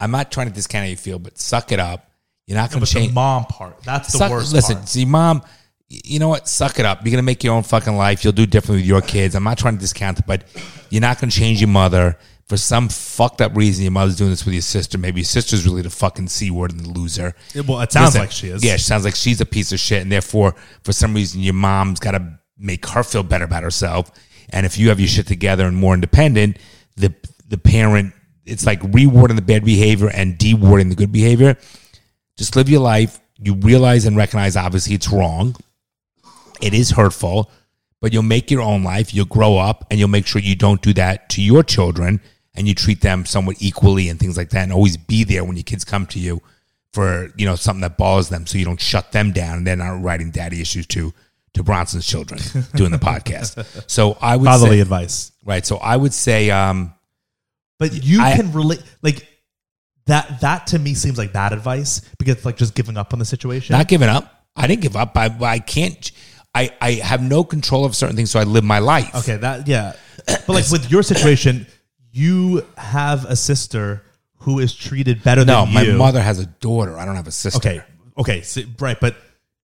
A: I'm not trying to discount how you feel, but suck it up. You're not
C: No,
A: going
C: but
A: to change.
C: the mom part, that's the
A: Suck-
C: worst
A: Listen,
C: part.
A: see, mom, y- you know what? Suck it up. You're gonna make your own fucking life. You'll do differently with your kids. I'm not trying to discount it, but you're not gonna change your mother for some fucked up reason. Your mother's doing this with your sister. Maybe your sister's really the fucking c word and the loser.
C: It- well, it sounds
A: Listen,
C: like she is.
A: Yeah, it sounds like she's a piece of shit, and therefore, for some reason, your mom's got to make her feel better about herself. And if you have your shit together and more independent, the the parent, it's like rewarding the bad behavior and dewarding the good behavior. Just live your life. You realize and recognize, obviously, it's wrong. It is hurtful, but you'll make your own life. You'll grow up, and you'll make sure you don't do that to your children, and you treat them somewhat equally and things like that. And always be there when your kids come to you for you know something that bothers them, so you don't shut them down. And they're not writing daddy issues to to Bronson's children doing the podcast. So I would
C: Fatherly
A: say,
C: advice.
A: right. So I would say, um,
C: But you
A: I-
C: can relate, like that. That to me seems like bad advice because it's like just giving up on the situation.
A: Not giving up. I didn't give up. I, I can't. I, I have no control of certain things, so I live my life.
C: okay, that yeah. But like with your situation, you have a sister who is treated better
A: No,
C: than
A: my
C: you.
A: mother has a daughter. I don't have a sister.
C: Okay, okay, so, right. But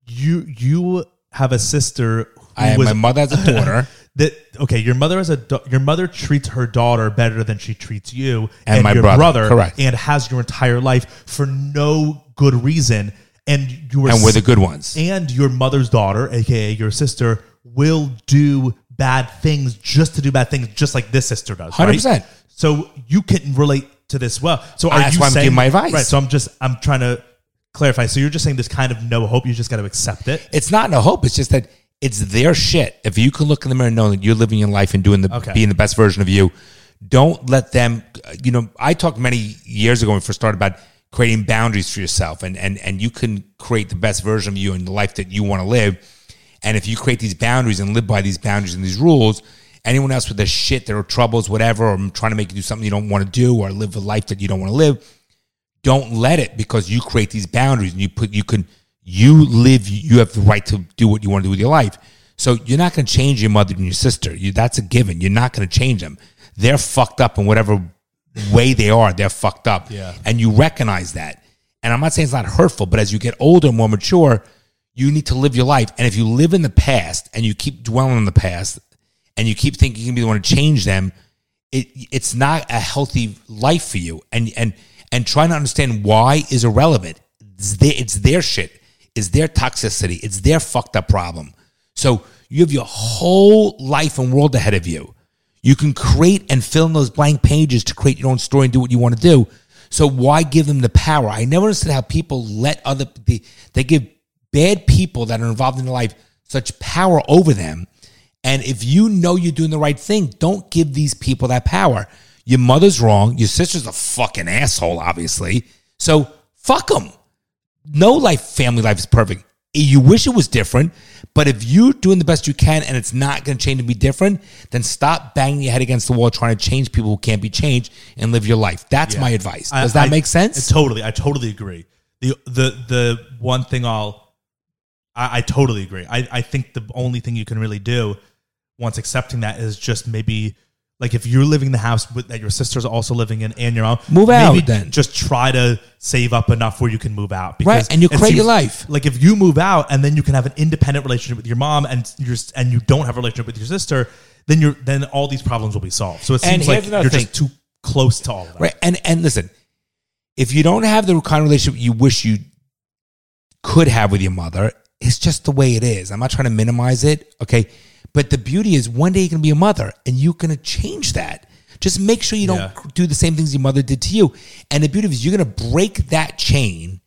C: you you have a sister. Who
A: I,
C: was
A: my mother has a daughter,
C: that okay your mother is a da- your mother treats her daughter better than she treats you
A: And my
C: your
A: brother, correct.
C: and has your entire life for no good reason and you were
A: and we're
C: s-
A: the good ones.
C: and your mother's daughter aka your sister will do bad things just to do bad things just like this sister does right?
A: 100%.
C: so you can relate to this well. So are
A: That's
C: you
A: why I'm
C: saying
A: giving my advice.
C: Right. So I'm just I'm trying to clarify. So you're just saying this kind of no hope. You just got to accept it.
A: It's not no hope. It's just that it's their shit. If you can look in the mirror and know that you're living your life and doing the
C: Okay.
A: being the best version of you, don't let them. You know, I talked many years ago when we first started about creating boundaries for yourself, and and and you can create the best version of you and the life that you want to live. And if you create these boundaries and live by these boundaries and these rules, anyone else with their shit, their troubles, whatever, or trying to make you do something you don't want to do or live a life that you don't want to live, don't let it because you create these boundaries and you put you can you live you have the right to do what you want to do with your life so you're not going to change your mother and your sister you, that's a given you're not going to change them they're fucked up in whatever way they are they're fucked up
C: Yeah.
A: and you recognize that and i'm not saying it's not hurtful but as you get older more mature you need to live your life and if you live in the past and you keep dwelling on the past and you keep thinking you can be the one to change them it it's not a healthy life for you and and and trying to understand why is irrelevant it's their, it's their shit it's their toxicity it's their fucked up problem so you have your whole life and world ahead of you you can create and fill in those blank pages to create your own story and do what you want to do so why give them the power i never understood how people let other they, they give bad people that are involved in their life such power over them and if you know you're doing the right thing, don't give these people that power. Your mother's wrong. Your sister's a fucking asshole, obviously. So fuck them. No life, family life is perfect. You wish it was different, but if you're doing the best you can and it's not going to change to be different, then stop banging your head against the wall trying to change people who can't be changed and live your life. That's my advice.
C: I-
A: Does that
C: I-
A: make sense?
C: Totally, I totally agree. the the The one thing I'll, I, I totally agree. I I think the only thing you can really do, once accepting that, is just maybe like if you're living in the house with, that your sister's also living in and your own,
A: Move out
C: maybe
A: then.
C: just try to save up enough where you can move out.
A: Right, and you
C: it
A: create your life.
C: Like if you move out and then you can have an independent relationship with your mom and you're and you don't have a relationship with your sister. Then you're then all these problems will be solved. So it
A: And
C: seems like
A: here's another
C: you're just
A: thing.
C: too close to all of that.
A: Right. And and listen, if you don't have the kind of relationship you wish you could have with your mother, it's just the way it is. I'm not trying to minimize it. Okay. But the beauty is one day you're gonna be a mother and you're gonna change that. Just make sure you don't
C: Yeah.
A: do the same things your mother did to you. And the beauty is you're gonna break that chain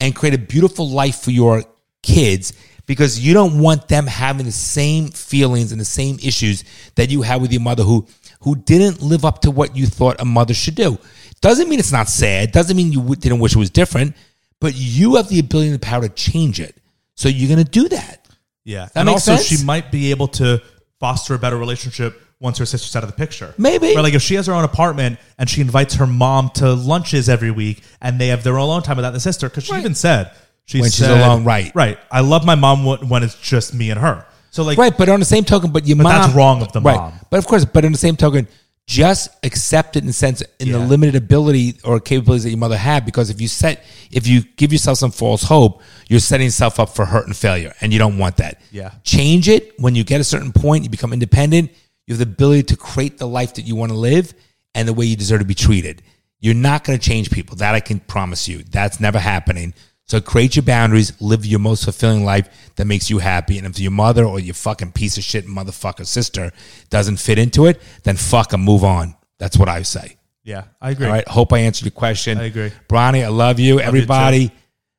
A: and create a beautiful life for your kids because you don't want them having the same feelings and the same issues that you had with your mother who who didn't live up to what you thought a mother should do. Doesn't mean it's not sad, doesn't mean you w- didn't wish it was different, but you have the ability and the power to change it. So you're going to do that.
C: Yeah.
A: That
C: and
A: makes
C: also,
A: sense?
C: she might be able to foster a better relationship once her sister's out of the picture.
A: Maybe.
C: Right, like if she has her own apartment and she invites her mom to lunches every week and they have their alone time without the sister, because she even said, she
A: When she's
C: said,
A: alone, right.
C: Right. I love my mom when, when it's just me and her. So, like,
A: Right, but on the same token, but your
C: But
A: mom
C: that's wrong of the
A: right,
C: mom.
A: But of course, but on the same token, just accept it in the sense in the
C: Yeah.
A: limited ability or capabilities that your mother had. Because if you set, if you give yourself some false hope, you're setting yourself up for hurt and failure, and you don't want that.
C: Yeah.
A: change it when you get a certain point. You become independent. You have the ability to create the life that you want to live and the way you deserve to be treated. You're not going to change people. That I can promise you. That's never happening. So create your boundaries, live your most fulfilling life that makes you happy. And if your mother or your fucking piece of shit motherfucker sister doesn't fit into it, then fuck 'em, move on. That's what I say.
C: yeah, I agree.
A: All right. Hope I answered your question.
C: I agree.
A: Bronny, I love you. Everybody,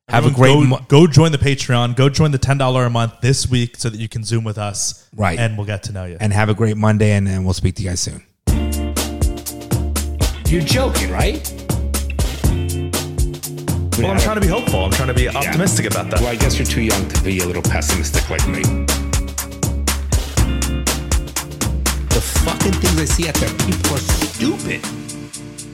A: have a great
C: go,
A: mo-
C: go join the Patreon. Go join the $10 a month this week so that you can Zoom with us.
A: Right.
C: And we'll get to know you.
A: and have a great Monday, and, and we'll speak to you guys soon. You're joking, right?
B: Well, I'm trying to be hopeful. I'm trying to be optimistic about that.
A: I guess you're too young to be a little pessimistic like me. The fucking things I see out there, people are stupid.